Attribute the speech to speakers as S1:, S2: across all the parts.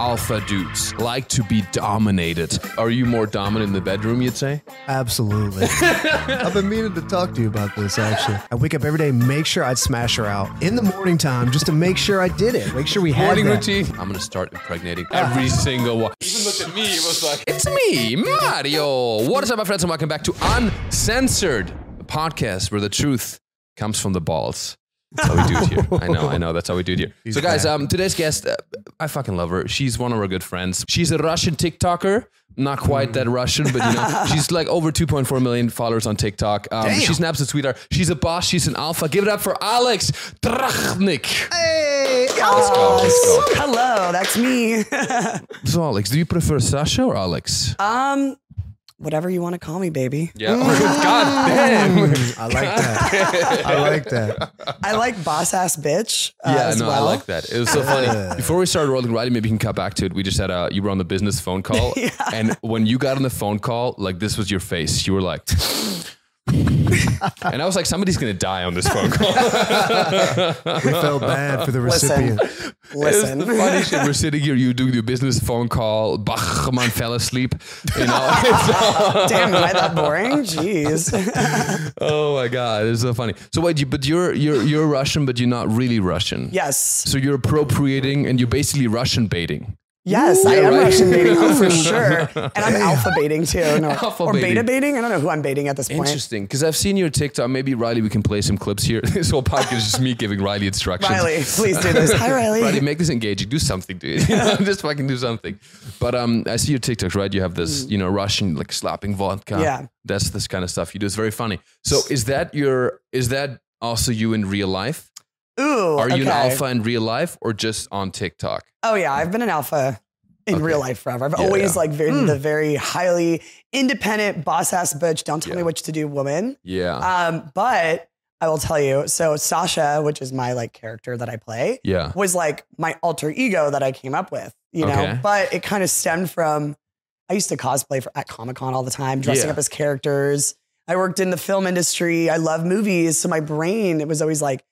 S1: alpha dudes like to be dominated. Are you more dominant in the bedroom, you'd say?
S2: Absolutely. I've been meaning to talk to you about this, actually. I wake up every day, make sure I'd smash her out in the morning time just to make sure I did it. Make sure we had
S1: Morning
S2: that.
S1: routine. I'm gonna start impregnating every single one. Even looked at me, it was like, It's me, Mario. What is up, my friends, and welcome back to Uncensored, the podcast where the truth comes from the balls. That's how we do it here. I know, I know. That's how we do it here. so, guys, um, today's guest, uh, I fucking love her. She's one of our good friends. She's a Russian TikToker. Not quite that Russian, but you know, she's like over 2.4 million followers on TikTok. Um, She's an absolute sweetheart. She's a boss. She's an alpha. Give it up for Alex Drachnik.
S3: Hey,
S1: let's go.
S3: Hello, that's me.
S1: So, Alex, do you prefer Sasha or Alex?
S3: um, whatever you want to call me, baby.
S1: yeah. God damn.
S2: I like that. I like that.
S3: I like boss ass bitch. Uh,
S1: Yeah,
S3: as
S1: no,
S3: well.
S1: I like that. It was so funny. Before we started rolling right, maybe you can cut back to it. We just had a you were on the business phone call, and when you got on the phone call, like this was your face. You were like, and I was like, somebody's gonna die on this phone call.
S2: We felt bad for the
S3: Listen,
S2: recipient.
S1: It's the
S3: listen.
S1: funny shit. We're sitting here, you doing your business phone call. Bachman fell asleep. You know, It's-
S3: Damn, am I that boring? Jeez.
S1: oh my god, it's so funny. So wait, you, but you're you're you're Russian, but you're not really Russian.
S3: Yes,
S1: So you're appropriating and you're basically Russian baiting.
S3: yes, I
S1: Yeah,
S3: am
S1: right.
S3: Russian dating oh, for sure, and I'm alpha baiting too, no,
S1: Alpha
S3: or beta
S1: baiting.
S3: baiting. I don't know who I'm baiting at this point.
S1: Interesting, because I've seen your TikTok. Maybe Riley, we can play some clips here. this whole podcast is just me giving Riley instructions.
S3: Riley, please do this. Hi, Riley.
S1: Riley, make this engaging. Do something, dude. You know, just fucking do something. But um, I see your TikToks, right? You have this, you know, Russian like slapping vodka.
S3: Mm. Yeah.
S1: that's this kind of stuff you do. It's very funny. So is that your? Is that also you in real life?
S3: Ooh,
S1: Are you an
S3: okay.
S1: alpha in real life or just on TikTok?
S3: Oh yeah, I've been an alpha in real life forever. I've always
S1: yeah. Hmm.
S3: like been the very highly independent boss ass bitch. Don't tell me what to do, woman.
S1: Yeah,
S3: Um, but I will tell you. So Sasha, which is my like character that I play,
S1: yeah.
S3: was like my alter ego that I came up with. You know,
S1: Okay.
S3: but it kind of stemmed from I used to cosplay for, at Comic Con all the time, dressing
S1: Yeah.
S3: up as characters. I worked in the film industry. I love movies, so my brain it was always like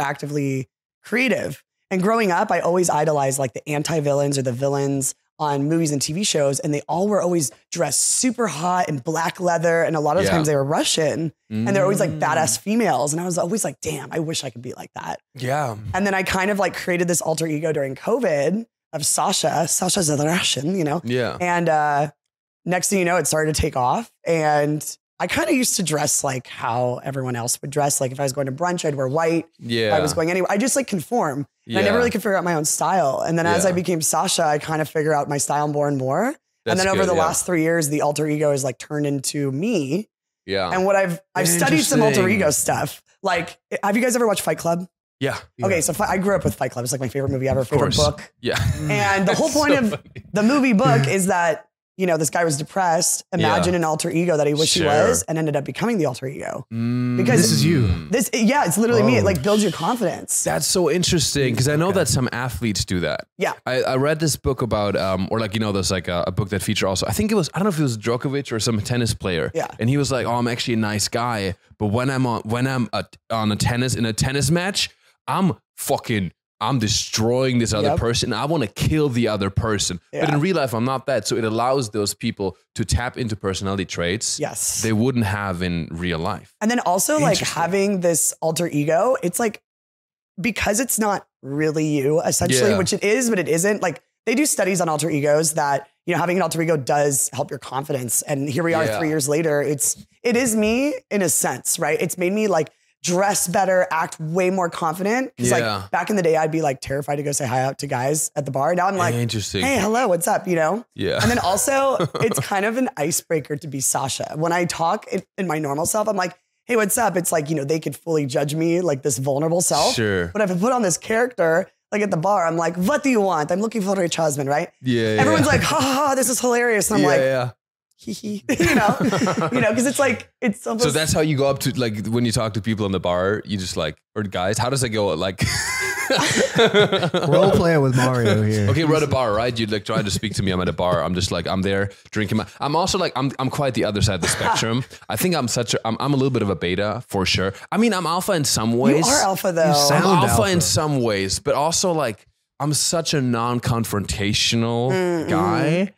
S3: hyperactively creative. And growing up, I always idolized like the anti villains or the villains on movies and TV shows, and they all were always dressed super hot in black leather, and a lot of
S1: Yeah.
S3: times they were Russian, and they're always like
S1: Mm.
S3: badass females. And I was always like, damn, I wish I could be like that.
S1: Yeah.
S3: And then I kind of like created this alter ego during COVID of Sasha. Sasha's a Russian, you know?
S1: Mm. Yeah.
S3: And uh, next thing you know, it started to take off. And I kind of used to dress like how everyone else would dress. Like if I was going to brunch, I'd wear white.
S1: Yeah.
S3: If I was going anywhere, I just like conform. And
S1: yeah.
S3: I never really could figure out my own style. And then as
S1: Yeah.
S3: I became Sasha, I kind of figure out my style more and more. and
S1: That's
S3: then over
S1: good,
S3: the
S1: yeah.
S3: last three years, the alter ego has like turned into me.
S1: Yeah.
S3: And what I've I've studied some alter
S1: Interesting.
S3: ego stuff. Like, have you guys ever watched Fight Club?
S1: yeah.
S3: Okay, so fi- I grew up with Fight Club. It's like my favorite movie ever, favorite
S1: course.
S3: book.
S1: Yeah.
S3: And the whole
S1: It's
S3: point
S1: so
S3: of
S1: funny.
S3: the movie book is that, you know, this guy was depressed. Imagine an alter ego that he wished
S1: Sure. Mm,
S3: he was and ended up becoming the alter ego. Because
S2: This is you.
S3: This, yeah, it's literally me. It
S2: Oh.
S3: like builds your confidence.
S1: That's so interesting because I know that some athletes do that.
S3: Yeah.
S1: I, I read this book about, um, or like, you know, there's like a, a book that feature also, I think it was, I don't know if it was Djokovic or some tennis player.
S3: Yeah.
S1: And he was like, oh, I'm actually a nice guy. But when I'm on, when I'm a, on a tennis, in a tennis match, I'm fucking, I'm destroying this other
S3: Yep.
S1: person. I want to kill the other person. But
S3: Yeah.
S1: in real life, I'm not that. So it allows those people to tap into personality traits
S3: Yes.
S1: they wouldn't have in real life.
S3: and then also like
S1: Interesting.
S3: having this alter ego, it's like because it's not really you essentially,
S1: Yeah.
S3: which it is, but it isn't. Like they do studies on alter egos that, you know, having an alter ego does help your confidence. And here we are
S1: Yeah.
S3: three years later. It's, it is me in a sense, right? It's made me like dress better, act way more confident. Cause
S1: Yeah.
S3: like back in the day, I'd be like terrified to go say hi out to guys at the bar. Now I'm like,
S1: Interesting.
S3: hey, hello, what's up? You know?
S1: yeah.
S3: And then also, it's kind of an icebreaker to be Sasha. When I talk in, in my normal self, I'm like, hey, what's up? It's like, you know, they could fully judge me like this vulnerable self.
S1: Sure.
S3: But if I put on this character, like at the bar, I'm like, what do you want? I'm looking for a rich husband, right?
S1: yeah.
S3: Everyone's
S1: yeah.
S3: like, ha ha, ha, this is hilarious. And I'm like,
S1: yeah.
S3: hee hee, you know, you know, because it's like, it's almost.
S1: So that's how you go up to like when you talk to people in the bar, you just like or guys. How does that go? Like,
S2: Role playing with Mario here.
S1: okay, we're at a bar, right? You'd like try to speak to me. I'm at a bar. I'm just like I'm there drinking. My, I'm also like I'm I'm quite the other side of the spectrum. I think I'm such a I'm I'm a little bit of a beta for sure. I mean I'm alpha in some
S3: you
S1: ways.
S3: are alpha though.
S2: sound-
S1: I'm alpha, in
S2: alpha.
S1: some ways, but also like. I'm such a non-confrontational guy,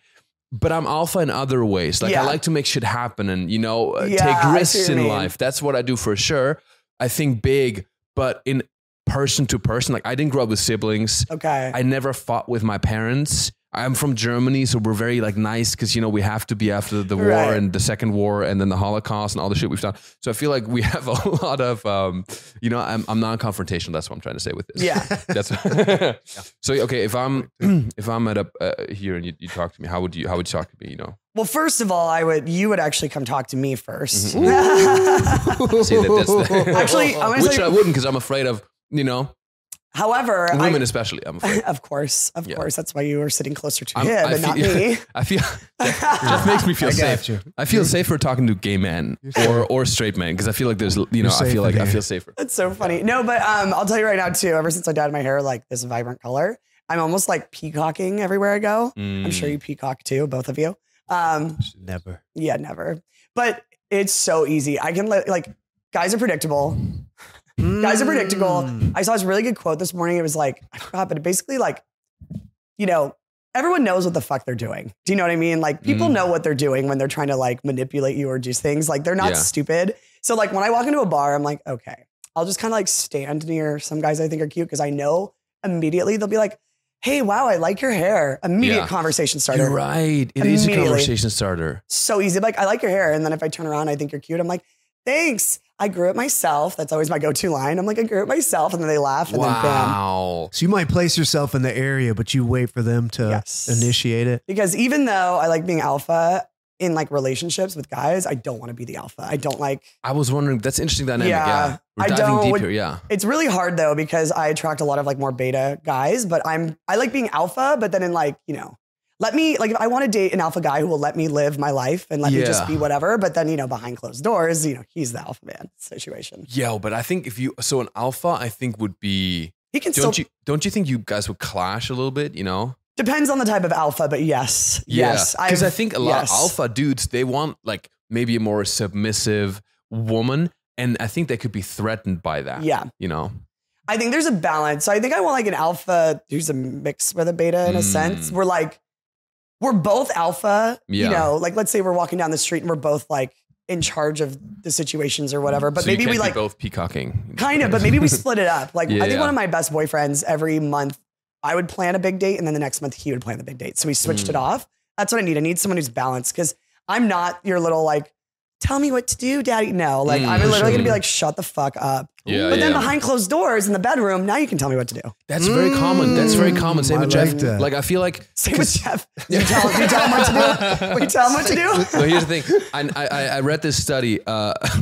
S1: but I'm alpha in other ways. Like
S3: Mm-hmm. Yeah.
S1: I like to make shit happen and you know uh,
S3: Yeah, I see
S1: take risks
S3: what you
S1: in
S3: mean.
S1: life. That's what I do for sure. I think big, but in person to person. Like I didn't grow up with siblings.
S3: Okay.
S1: I never fought with my parents. I'm from Germany, so we're very like nice because you know we have to be after the war
S3: Right.
S1: and the second war and then the Holocaust and all the shit we've done. So I feel like we have a lot of, um, you know, I'm, I'm non-confrontational. That's what I'm trying to say with this.
S3: yeah.
S1: That's so okay. If I'm if I'm at a uh, here and you, you talk to me, how would you how would you talk to me? You know,
S3: Well, first of all, I would you would actually come talk to me 1st
S1: Mm-hmm. say that that's the-
S3: Actually, I'm gonna
S1: which
S3: say-
S1: I wouldn't because I'm afraid of you know
S3: However, I-
S1: women especially. I'm afraid.
S3: of course, of
S1: Yeah.
S3: course, that's why you were sitting closer to
S1: I'm-
S3: him and
S1: feel,
S3: not me.
S1: I feel just makes me feel
S2: I
S1: safe.
S2: got you.
S1: I feel safer talking to gay men or or straight men because I feel like there's you know I
S2: safer
S1: feel like I
S2: there.
S1: feel safer.
S3: That's so funny. No, but um, I'll tell you right now too. Ever since I dyed my hair like this vibrant color, I'm almost like peacocking everywhere I go. I'm
S1: Mm.
S3: sure you peacock too, both of you. Um,
S2: Never.
S3: yeah, never. But it's so easy. I can li- like guys are predictable. Guys are predictable.
S1: Mm.
S3: I saw this really good quote this morning. It was like, I forgot, but it basically like, you know, everyone knows what the fuck they're doing. Do you know what I mean? Like people
S1: Mm.
S3: know what they're doing when they're trying to like manipulate you or do things. Like they're not
S1: Yeah.
S3: stupid. So like when I walk into a bar, I'm like, okay, I'll just kind of like stand near some guys I think are cute because I know immediately they'll be like, hey, wow, I like your hair. Immediate
S1: Yeah.
S3: conversation starter
S1: You're right. It is a
S3: Immediately.
S1: conversation starter.
S3: so easy. Like, I like your hair. And then if I turn around, I think you're cute. I'm like, thanks. I grew it myself. That's always my go-to line. I'm like, I grew it myself. And then they laugh and then bam.
S1: Wow.
S2: So you might place yourself in the area, but you wait for them to
S3: Yes.
S2: initiate it.
S3: Because even though I like being alpha in like relationships with guys, I don't want to be the alpha. I don't like
S1: I was wondering. That's interesting dynamic. Yeah.
S3: Yeah.
S1: We're
S3: I
S1: diving
S3: don't-
S1: deep
S3: would-
S1: here. Yeah.
S3: it's really hard though because I attract a lot of like more beta guys, but I'm I like being alpha, but then in like, you know, let me like if I want to date an alpha guy who will let me live my life and let me
S1: Yeah.
S3: just be whatever, but then you know, behind closed doors, you know, he's the alpha man situation.
S1: Yeah, but I think if you so an alpha, I think would be
S3: He can still
S1: don't you don't you think you guys would clash a little bit? You know.
S3: Depends on the type of alpha, but yes, yes.
S1: because I
S3: I've-
S1: think a lot
S3: yes.
S1: of alpha dudes they want like maybe a more submissive woman, and I think they could be threatened by that.
S3: Yeah,
S1: You know.
S3: I think there's a balance. So I think I want like an alpha who's a mix with a beta in a
S1: Mm.
S3: sense. We're like, we're both alpha.
S1: Yeah.
S3: You know, like let's say we're walking down the street and we're both like in charge of the situations or whatever. But
S1: So you
S3: maybe
S1: can't
S3: we
S1: be
S3: like
S1: both peacocking.
S3: kind of, but maybe we split it up. Like I
S1: Yeah.
S3: think one of my best boyfriends every month I would plan a big date and then the next month he would plan the big date. So we switched
S1: Mm.
S3: it off. That's what I need. I need someone who's balanced because I'm not your little like, tell me what to do, daddy. No, like
S1: Mm,
S3: I'm
S1: for
S3: literally
S1: sure.
S3: gonna be like, shut the fuck up.
S1: Yeah,
S3: but then
S1: yeah.
S3: behind closed doors in the bedroom, now you can tell me what to do.
S1: That's very common. That's very
S3: Mm.
S1: common. Same
S2: Mm, I
S1: with
S2: like
S1: Jeff.
S2: that.
S1: Like I feel like.
S3: Same with Jeff. You tell him, you tell him what to do. You tell him what to do.
S1: No, here's the thing. I I, I- I read this study. Uh,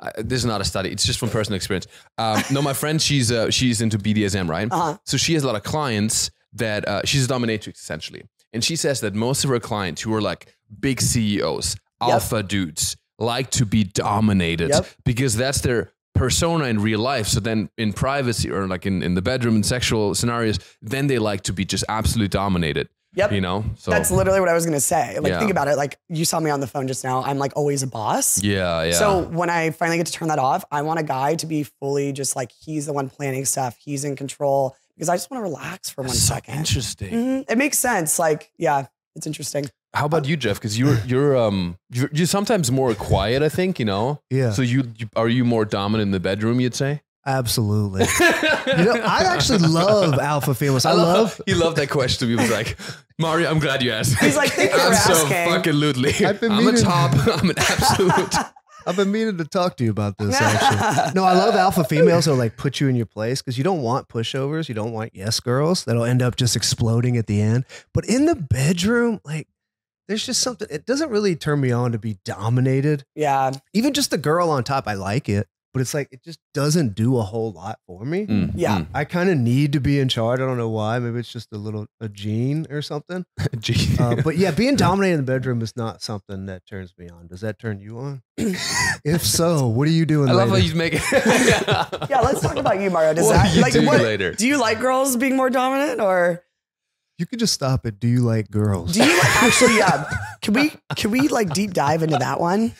S1: I- this is not a study. It's just from personal experience. Um, no, my friend, she's uh, she's into BDSM, right?
S3: Uh-huh.
S1: So she has a lot of clients that uh, she's a dominatrix essentially, and she says that most of her clients who are like big CEOs, alpha dudes, like to be dominated
S3: Yep.
S1: because that's their persona in real life. So then in privacy or like in, in the bedroom and sexual scenarios, then they like to be just absolutely dominated.
S3: Yep.
S1: You know. So
S3: That's literally what I was gonna say. Like
S1: Yeah.
S3: think about it. Like you saw me on the phone just now. I'm like always a boss.
S1: yeah, yeah.
S3: So when I finally get to turn that off, I want a guy to be fully just like he's the one planning stuff, he's in control because I just want to relax for one
S1: That's so
S3: second.
S1: interesting.
S3: Mhm. It makes sense. Like, yeah, it's interesting.
S1: How about you, Jeff? Because you're you're um you're, you're sometimes more quiet. I think you know.
S2: Yeah.
S1: So you, you are you more dominant in the bedroom? You'd say.
S2: Absolutely. you know, I actually love alpha females. I, love.
S1: He loved that question. He was like, "Mario, I'm glad you asked."
S3: He's like, "Thank you for
S1: I'm so
S3: asking."
S1: fucking lootly.
S2: I've been
S1: I'm a
S2: meaning-
S1: top. I'm an absolute.
S2: I've been meaning to talk to you about this. Actually, no, I love alpha females who like put you in your place because you don't want pushovers. You don't want yes girls that'll end up just exploding at the end. But in the bedroom, like, there's just something. It doesn't really turn me on to be dominated.
S3: Yeah.
S2: Even just the girl on top, I like it, but it's like it just doesn't do a whole lot for me.
S1: Mm,
S3: Yeah.
S1: mm.
S2: I kind of need to be in charge. I don't know why. Maybe it's just a little a gene or something.
S1: Gee.
S2: Uh, but yeah, being dominated in the bedroom is not something that turns me on. Does that turn you on? if so, what are you doing?
S1: I love how
S2: later?
S1: you make it.
S3: Yeah. Let's talk about you, Mario. Does
S1: What
S3: that
S1: do you
S3: like
S1: do
S3: what
S1: later?
S3: do you like girls being more dominant or
S2: You could just stop it. Do you like girls?
S3: do you like actually yeah. Can we can we like deep dive into that one?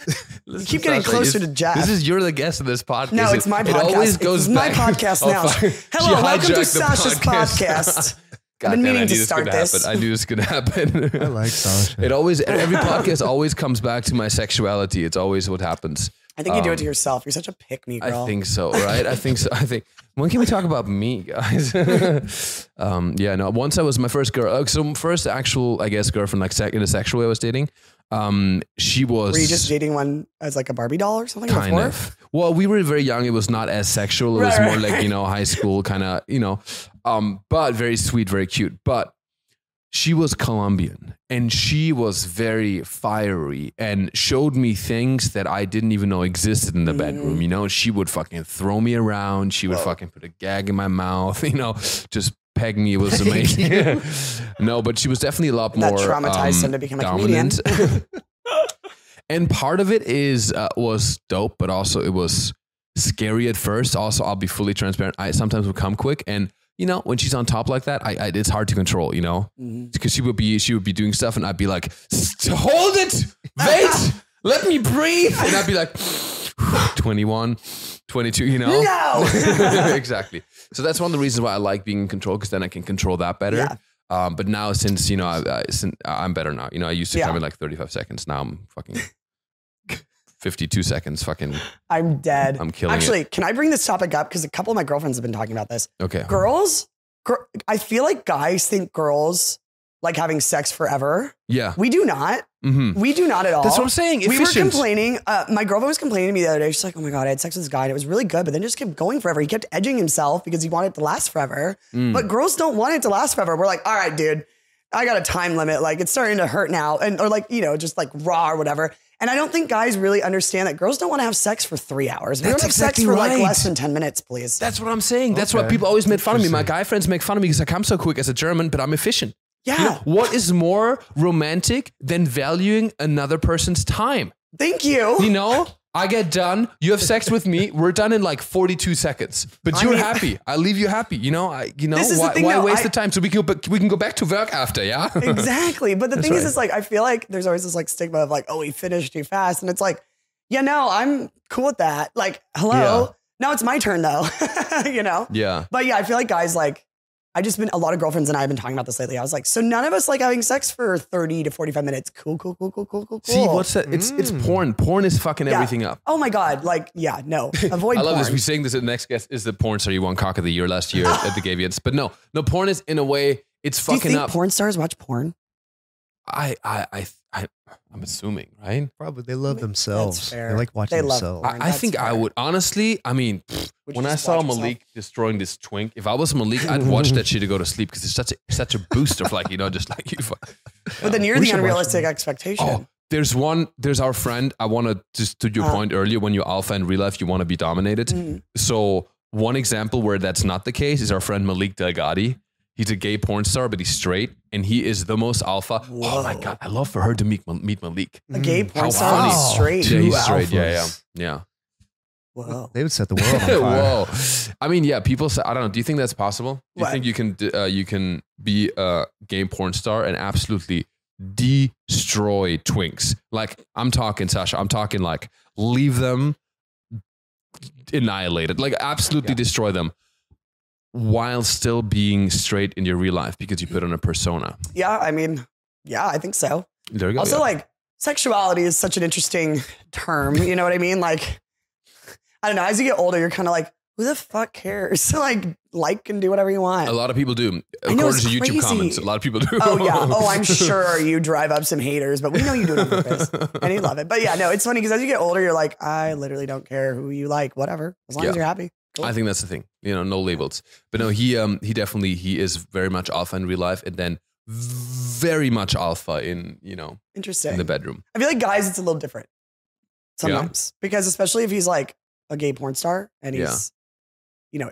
S1: Listen,
S3: keep getting
S1: Sasha,
S3: closer
S1: it's-
S3: to Jeff.
S1: This is you're the guest of this podcast.
S3: No, it's my
S1: It
S3: podcast.
S1: always
S3: It's
S1: goes
S3: my
S1: back.
S3: podcast
S1: Oh,
S3: now.
S1: fuck. She
S3: Hello, welcome
S1: hijacked
S3: to
S1: the
S3: Sasha's podcast.
S1: God
S3: been
S1: damn,
S3: meaning
S1: I knew
S3: to
S1: this
S3: start
S1: could
S3: this.
S1: happen. I knew this could happen.
S2: I like Sasha.
S1: it always every podcast always comes back to my sexuality. It's always what happens.
S3: I think you do it to
S1: Um,
S3: yourself. You're such a pick me girl.
S1: I think so, right? I think so. I think. When can we talk about me, guys? um, yeah, no. Once I was my first girl, uh, so first actual, I guess, girlfriend, like sec- in a sexual way I was dating. Um, she was
S3: Were you just dating one as like a Barbie doll or something
S1: kind
S3: before?
S1: of. Well, we were very young. It was not as sexual. It
S3: Right,
S1: was
S3: right,
S1: more like
S3: right.
S1: you know high school kind of you know, um, but very sweet, very cute. But she was Colombian and she was very fiery and showed me things that I didn't even know existed in the
S3: Mm-hmm.
S1: bedroom. You know, she would fucking throw me around. She would fucking put a gag in my mouth. You know, just peg me. It was amazing. no, but she was definitely a lot
S3: That
S1: more
S3: traumatized
S1: um,
S3: him to become a comedian.
S1: dominant. and part of it is uh, was dope, but also it was scary at first. Also, I'll be fully transparent. I sometimes would come quick, and you know when she's on top like that, I, I it's hard to control. You know
S3: Mhm.
S1: because she would be she would be doing stuff, and I'd be like, "St- hold it, wait, let me breathe, and I'd be like. 21 22 you know
S3: No!
S1: exactly so that's one of the reasons why i like being in control because then i can control that better
S3: Yeah.
S1: um, but now since you know I, I, since i'm better now you know i used to
S3: Yeah.
S1: come in like 35 seconds now i'm fucking 52 seconds fucking
S3: I'm dead.
S1: i'm killing it
S3: Actually, can I bring this topic up? Because a couple of my girlfriends have been talking about this.
S1: okay
S3: Girls, gir- I feel like guys think girls like having sex forever.
S1: yeah
S3: We do not.
S1: hmm
S3: We do not at all.
S1: that's what i'm saying
S3: we were
S1: efficient
S3: complaining. Uh, my girlfriend was complaining to me the other day. She's like, "Oh my god, I had sex with this guy and it was really good, but then just kept going forever. He kept edging himself because he wanted it to last forever.
S1: Mm.
S3: But girls don't want it to last forever. We're like, all right, dude, I got a time limit. Like it's starting to hurt now, and or like you know, just like raw or whatever. And I don't think guys really understand that girls don't want to have sex for three hours. We
S1: That's
S3: don't have sex
S1: exactly
S3: for like
S1: right.
S3: less than ten minutes, please.
S1: That's what I'm saying. That's why
S2: Okay.
S1: people always made fun of me. My
S2: Interesting.
S1: guy friends make fun of me because I come so quick as a German, but I'm efficient.
S3: yeah.
S1: You know, what is more romantic than valuing another person's time?
S3: Thank you.
S1: You know, I get done, you have sex with me, we're done in like 42 seconds, but
S3: I
S1: you're
S3: mean-
S1: happy. I leave you happy. You know, I, you know,
S3: This is the
S1: why,
S3: thing,
S1: why
S3: though,
S1: waste
S3: I-
S1: the time? So we can, but we can go back to work after, yeah?
S3: exactly. But the
S1: That's
S3: thing is,
S1: right.
S3: it's like I feel like there's always this like stigma of like, oh, he finished too fast, and it's like, yeah, no, I'm cool with that. Like, hello,
S1: Yeah.
S3: now it's my turn though, you know.
S1: yeah.
S3: But yeah, I feel like guys like I just been a lot of girlfriends and I have been talking about this lately. I was like, so none of us like having sex for thirty to forty five minutes. Cool, cool, cool, cool, cool, cool, cool.
S1: See, what's that? It's, it's
S2: Mm.
S1: porn. Porn is fucking
S3: Yeah.
S1: everything up.
S3: Oh my god! Like, yeah, no, avoid.
S1: I love this.
S3: porn.
S1: We saying this at the next guest is the porn star you won cock of the year last year at the Gavians. But no, no, porn is in a way, it's
S3: Do you
S1: fucking
S3: think
S1: up.
S3: porn stars watch porn?
S1: I, I, I, I, I'm assuming, right?
S2: Probably they love
S3: That's
S2: themselves.
S3: fair.
S2: They like watching
S3: They love
S2: themselves.
S3: porn.
S1: I, I
S3: that's
S1: think I
S3: fair.
S1: would honestly. I mean, pfft,
S3: Would you
S1: when I
S3: just
S1: saw
S3: watch yourself?
S1: Malik destroying this twink, if I was Malik, I'd watch that shit to go to sleep because it's such a such a boost of like you know, just like you. fuck.
S3: but then you're
S2: We
S3: the
S2: should watch
S3: unrealistic expectation.
S1: Oh, there's one. There's our friend. I want to just to your
S3: Uh.
S1: point earlier when you're alpha in real life, you want to be dominated.
S3: Mhm.
S1: So one example where that's not the case is our friend Malik Delgadi. He's a gay porn star, but he's straight, and he is the most alpha. Oh my
S3: Whoa.
S1: god, I love for her to meet Mal- meet Malik.
S3: A gay
S2: Mm.
S3: porn
S1: How
S3: star is
S1: funny.
S3: straight.
S1: Yeah, he's straight. Yeah, yeah,
S2: alphas.
S1: yeah.
S3: Whoa.
S2: Oh. They would set the world on fire.
S1: Whoa! I mean, yeah. People say, I don't know. Do you think that's possible? Do you
S3: What?
S1: think you can d- uh, you can be a game porn star and absolutely destroy twinks? Like I'm talking, Sasha. I'm talking like leave them annihilated, like absolutely destroy them, while still being straight in your real life because you put on a persona.
S3: Yeah, I mean, yeah, I think so.
S1: There you go.
S3: also
S1: yeah.
S3: like sexuality is such an interesting term you know what i mean like i don't know as you get older you're kind of like who the fuck cares like like and do whatever you
S1: a
S3: want
S1: lot of people do,
S3: I
S1: according
S3: know, it's
S1: to YouTube
S3: crazy.
S1: comments. A lot of people do.
S3: oh yeah oh i'm sure you drive up some haters but we know you do it on purpose and you love it but yeah no it's funny because as you get older you're like i literally don't care who you like whatever as long
S1: Yeah.
S3: as you're happy Cool.
S1: I think that's the thing. You know, no labels. But no, he um he definitely he is very much alpha in real life and then very much alpha in, you know, in
S3: interesting
S1: the bedroom.
S3: i feel like guys it's a little different
S1: Yeah.
S3: sometimes because especially if he's like a gay porn star and he's you know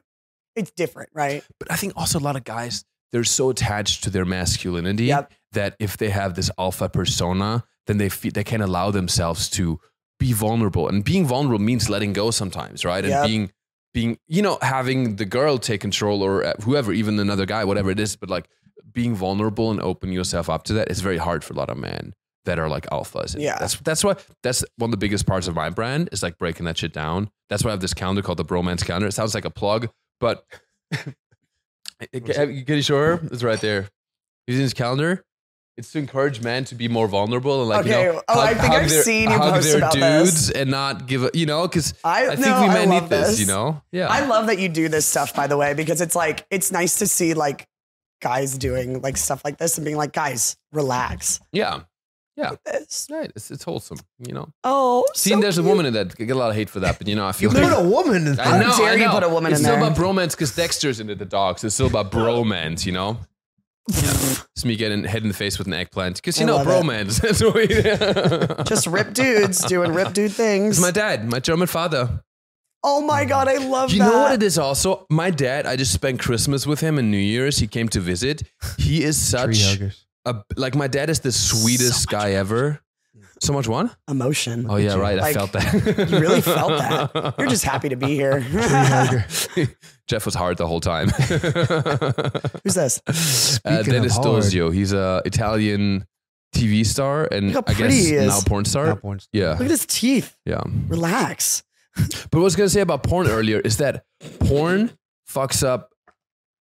S3: it's different right
S1: But I think also a lot of guys they're so attached to their masculinity
S3: Yep.
S1: that if they have this alpha persona, then they feel they can allow themselves to be vulnerable. And being vulnerable means letting go sometimes, right? And
S3: Yep.
S1: being being you know having the girl take control or uh, whoever, even another guy, whatever it is, but like being vulnerable and opening yourself up to that is very hard for a lot of men that are like alphas. And
S3: Yeah.
S1: That's that's why that's one of the biggest parts of my brand is like breaking that shit down. That's why I have this calendar called the Bromance Calendar. It sounds like a plug, but Can you show her? It's right there. He's in his calendar. It's to encourage men to be more vulnerable and like
S3: Okay,
S1: you know,
S3: oh, I think I've
S1: their,
S3: seen you
S1: hug
S3: post
S1: their
S3: about this.
S1: dudes and not give a, you know because
S3: I,
S1: I think
S3: no,
S1: we
S3: I
S1: men
S3: love
S1: need this, you know yeah
S3: I love that you do this stuff, by the way, because it's like it's nice to see like guys doing like stuff like this and being like, guys, relax.
S1: yeah
S3: This.
S1: right it's, it's wholesome you know
S3: Oh,
S1: seeing
S3: so
S1: there's
S3: cute.
S1: a woman in that I get a lot of hate for that but you know I feel
S2: You put
S1: like-
S2: a woman in
S1: I
S2: that.
S1: know,
S3: dare
S1: I
S3: you
S1: know.
S3: put a woman
S1: it's
S3: in
S1: still
S3: there.
S1: about bromance because Dexter's into the dogs. It's still about bromance, you know. It's me getting head in the face with an eggplant because you
S3: I
S1: know
S3: love it.
S1: bromance. That's what we-
S3: Just rip dudes doing rip dude
S1: It's
S3: things.
S1: my dad, my German father.
S3: oh my god, I love
S1: Do you
S3: that.
S1: know what it is? Also, my dad. I just spent Christmas with him and New Year's. He came to visit. He is such a like my dad is the sweetest guy ever. So much one?
S3: Emotion.
S1: Oh yeah, right. I
S3: Like,
S1: felt that.
S3: You really felt that. You're just happy to be here.
S1: Jeff was hard the whole time.
S3: Who's this?
S1: uh,
S2: of
S1: Dennis
S2: hard.
S1: Dolzio. He's a Italian TV star and
S3: Look how
S1: I guess
S3: pretty he is.
S1: now porn star.
S3: Look
S1: Yeah,
S3: at his teeth.
S1: yeah.
S3: Relax.
S1: But what I was gonna say about porn earlier is that porn fucks up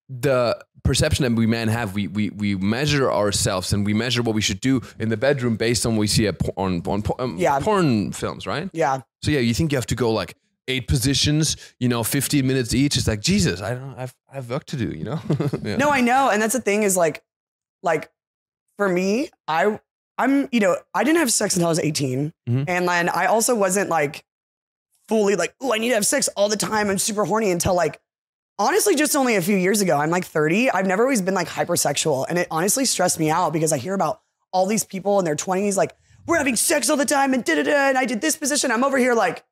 S1: the perception that we men have. We we we measure ourselves and we measure what we should do in the bedroom based on what we see at porn porn, um,
S3: Yeah.
S1: porn films, right?
S3: Yeah.
S1: So yeah, you think you have to go like eight positions, you know, fifteen minutes each. It's like Jesus, I don't, I've I've work to do, you know. Yeah.
S3: No, I know, and that's the thing is like, like for me, I I'm you know I didn't have sex until I was 18,
S1: Mhm.
S3: and then I also wasn't like fully like oh I need to have sex all the time. I'm super horny until like honestly just only a few years ago. I'm like 30. I've never always been like hypersexual, and it honestly stressed me out because I hear about all these people in their 20s like we're having sex all the time and da da da, and I did this position. I'm over here like.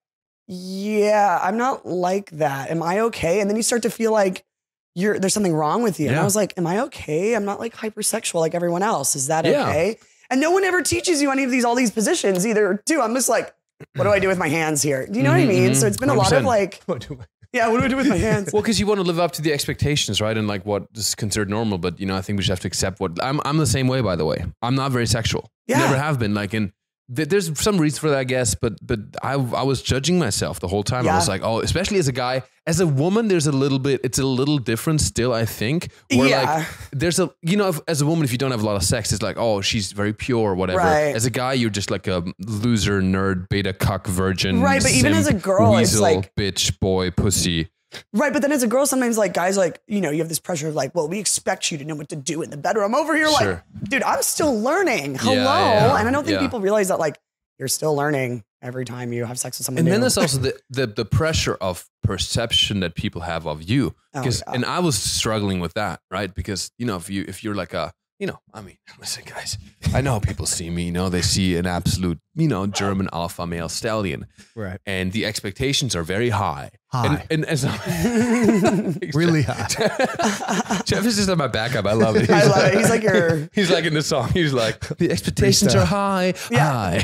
S3: Yeah, I'm not like that. Am I okay? And then you start to feel like you're there's something wrong with you. And
S1: Yeah.
S3: I was like, am I okay? I'm not like hypersexual like everyone else. Is that
S1: Yeah.
S3: okay? And no one ever teaches you any of these all these positions either. Too. I'm just like, what do I
S1: Mm-hmm.
S3: do with my hands here? Do you know
S1: Mhm,
S3: what I mean?
S1: mhm.
S3: So it's been a lot of
S1: 100%.
S3: like, yeah, what do I do with my hands?
S1: Well, because you want to live up to the expectations, right? And like what is considered normal, but you know, I think we just have to accept what I'm. I'm the same way, by the way. I'm not very sexual.
S3: Yeah.
S1: never have been. Like, and th- there's some reason for that, I guess. But but I I was judging myself the whole time. I
S3: Yeah.
S1: was like, oh, especially as a guy, as a woman, there's a little bit. It's a little different still. I think. Where
S3: Yeah.
S1: Like, there's a you know, if, as a woman, if you don't have a lot of sex, it's like, oh, she's very pure, or whatever.
S3: Right.
S1: As a guy, you're just like a loser, nerd, beta, cuck, virgin.
S3: Right, but even as a girl, it's
S1: weasel,
S3: like-
S1: bitch, boy, pussy.
S3: Right. But then as a girl, sometimes like guys are like, you know, you have this pressure of like, well, we expect you to know what to do in the bedroom. I'm over here
S1: Sure.
S3: like, dude, I'm still learning. Hello.
S1: yeah,
S3: And I don't think
S1: yeah.
S3: people realize that like you're still learning every time you have sex with someone.
S1: And then
S3: new.
S1: there's also the, the the pressure of perception that people have of you.
S3: Oh,
S1: Because
S3: yeah.
S1: and I was struggling with that, right? Because you know, if you if you're like a you know, I mean, listen, guys, I know people see me, you know, they see an absolute, you know, German alpha male stallion.
S2: Right.
S1: And the expectations are very high.
S2: High.
S1: And, and, and so,
S2: really high.
S1: Jeff is just on my backup. I love it.
S3: I love it. He's like your-
S1: He's like in the song. He's like the expectations
S2: Freestyle.
S1: are high,
S3: Yeah.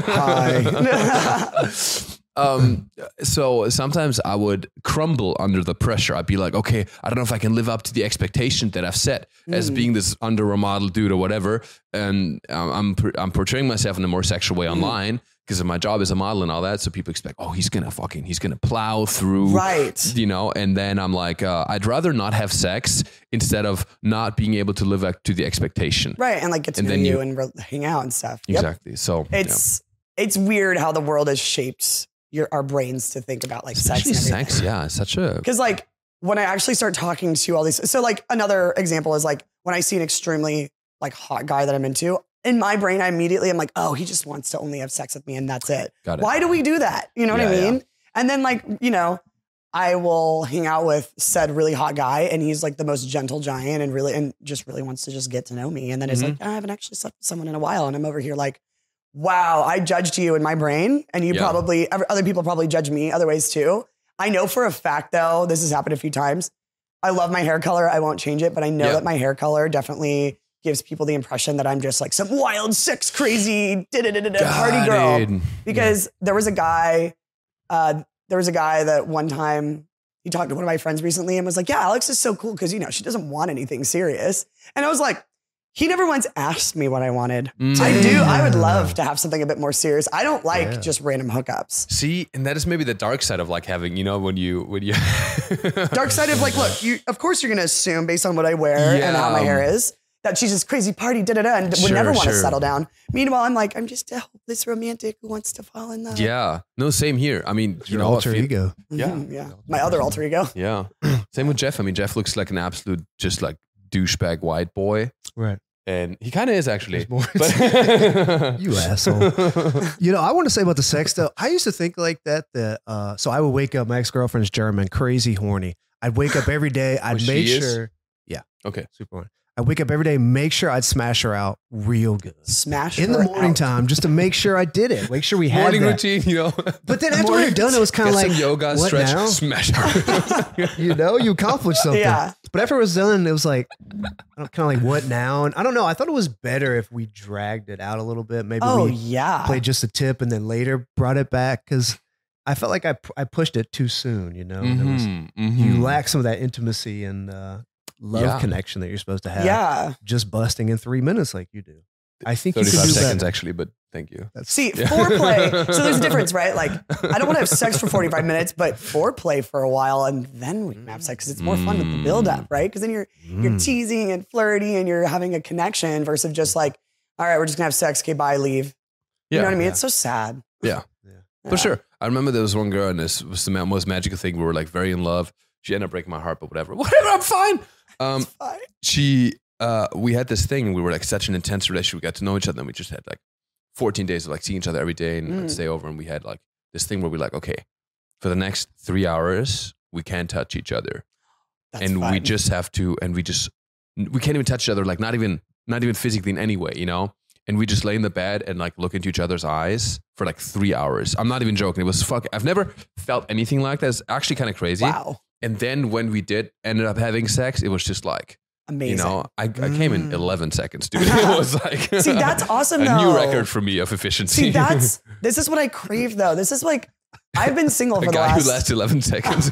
S1: high.
S3: Hi.
S1: um so sometimes i would crumble under the pressure i'd be like okay i don't know if i can live up to the expectation that i've set as
S3: Hmm.
S1: being this under remodel dude or whatever and um, i'm por- i'm portraying myself in a more sexual
S3: Hmm.
S1: way online because my job is a model and all that so people expect oh he's gonna fucking he's gonna plow through
S3: Right.
S1: you know and then i'm like uh, i'd rather not have sex instead of not being able to live up to the expectation
S3: right. And like get to
S1: And
S3: know
S1: then
S3: you,
S1: you-
S3: and re- hang out and stuff. Yep.
S1: exactly so yeah.
S3: It's it's weird how the world has shaped your our brains to think about like sex
S1: Especially
S3: and everything.
S1: sex yeah it's such a
S3: Because like when I actually start talking to all these, so like another example is like when I see an extremely like hot guy that I'm into, in my brain I immediately am like, oh, he just wants to only have sex with me and that's it.
S1: got it
S3: Why do we do that? You know what I
S1: Yeah, yeah.
S3: mean? And then like you know. I will hang out with said really hot guy, and he's like the most gentle giant, and really, and just really wants to just get to know me. And then it's
S1: Mm-hmm.
S3: like, "Oh, I haven't actually slept with someone in a while, and I'm over here like, wow, I judged you in my brain, and you
S1: Yeah.
S3: probably ev- other people probably judge me other ways too. I know for a fact though, this has happened a few times. I love my hair color. I won't change it, but I know
S1: Yeah.
S3: that my hair color definitely gives people the impression that I'm just like some wild, sex crazy, da-da-da-da-da party
S1: Got
S3: girl
S1: it.
S3: because there was a guy, uh, there was a guy that one time he talked to one of my friends recently and was like, "Yeah, Alex is so cool because you know she doesn't want anything serious," and I was like. He never once asked me what I wanted. I
S1: Mm.
S2: Mm.
S3: do. I would love to have something a bit more serious. I don't like
S2: Yeah.
S3: just random hookups.
S1: See, and that is maybe the dark side of like having, you know, when you when you
S3: Dark side of like, look, you of course you're gonna assume based on what I wear and how my
S1: Yeah.
S3: hair is that she's this crazy party da da da and would
S1: Sure,
S3: never want to
S1: sure.
S3: settle down. Meanwhile, I'm like, I'm just a hopeless romantic who wants to fall in love.
S1: Yeah. No, same here. I mean, you
S2: Your
S1: know, I
S2: alter
S1: feel-
S2: ego.
S1: Yeah.
S3: Mhm, yeah. My other alter ego.
S1: Yeah. Same with Jeff. I mean, Jeff looks like an absolute just like douchebag white boy.
S2: Right.
S1: And he kind of is actually.
S2: There's more.
S1: But
S2: You asshole. You know, I want to say about the sex though. I used to think like that. That uh, so I would wake up. My ex girlfriend's German, crazy horny. I'd wake up every day. I'd
S1: she
S2: make
S1: is?
S2: sure. Yeah.
S1: Okay.
S2: Super horny. I'd wake up every day, make sure I'd smash her out real good
S3: Smash
S2: in the
S3: her
S2: morning
S3: out.
S2: time, just to make sure I did it. Make sure we had
S1: Morning
S2: that.
S1: routine, you know.
S2: But then after we were done, it was kind
S1: Get
S2: of like
S1: some yoga,
S2: what
S1: stretch,
S2: now?
S1: smash her.
S2: you know, you accomplished something.
S3: Yeah.
S2: But after it was done, it was like, I don't kind of like what now? And I don't know. I thought it was better if we dragged it out a little bit. Maybe
S3: Oh
S2: we
S3: yeah.
S2: played just a tip and then later brought it back because I felt like I pu- I pushed it too soon. You know, And it was,
S1: Mhm, mhm.
S2: you lack some of that intimacy and uh, love
S1: Yeah.
S2: connection that you're supposed to have.
S3: yeah.
S2: just busting in three minutes like you do. I think you could
S1: 35
S2: do
S1: seconds
S2: better.
S1: actually, but thank you.
S3: See,
S1: Yeah.
S3: foreplay. So there's a difference, right? Like, I don't want to have sex for 45 minutes, but foreplay for a while, and then we can have sex because it's more fun with
S1: Mm.
S3: the build up, right? Because then you're
S1: hmm.
S3: you're
S2: Mm.
S3: teasing and flirty, and you're having a connection versus just like, all right, we're just gonna have sex. Okay, bye, leave. You know what I mean? It's so sad.
S1: Yeah.
S2: Yeah.
S1: For sure. I remember there was one girl, and this was the ma- most magical thing. We were like very in love. She ended up breaking my heart, but whatever. Whatever, I'm fine. Um,
S3: Bye.
S1: she, uh, we had this thing, and we were like such an intense relationship. We got to know each other, and we just had like 14 days of like seeing each other every day and I'd
S3: Mm.
S1: stay over. And we had like this thing where we like, okay, for the next three hours, we can't touch each other,
S3: That's
S1: and we
S3: fun.
S1: just have to, and we just, we can't even touch each other, like not even, not even physically in any way, you know. And we just lay in the bed and like look into each other's eyes for like three hours. I'm not even joking. It was fuck. I've never felt anything like that. It's actually kind of crazy.
S3: wow,
S1: And then when we did ended up having sex, it was just like,
S3: amazing.
S1: you know, I, I came in
S2: Mm.
S1: 11 seconds, dude. It was like,
S3: See, that's awesome.
S1: a
S3: though.
S1: new record for me of efficiency.
S3: See, that's this is what I crave though. This is like I've been single
S1: a
S3: for the
S1: guy
S3: last
S1: who lasts 11 seconds.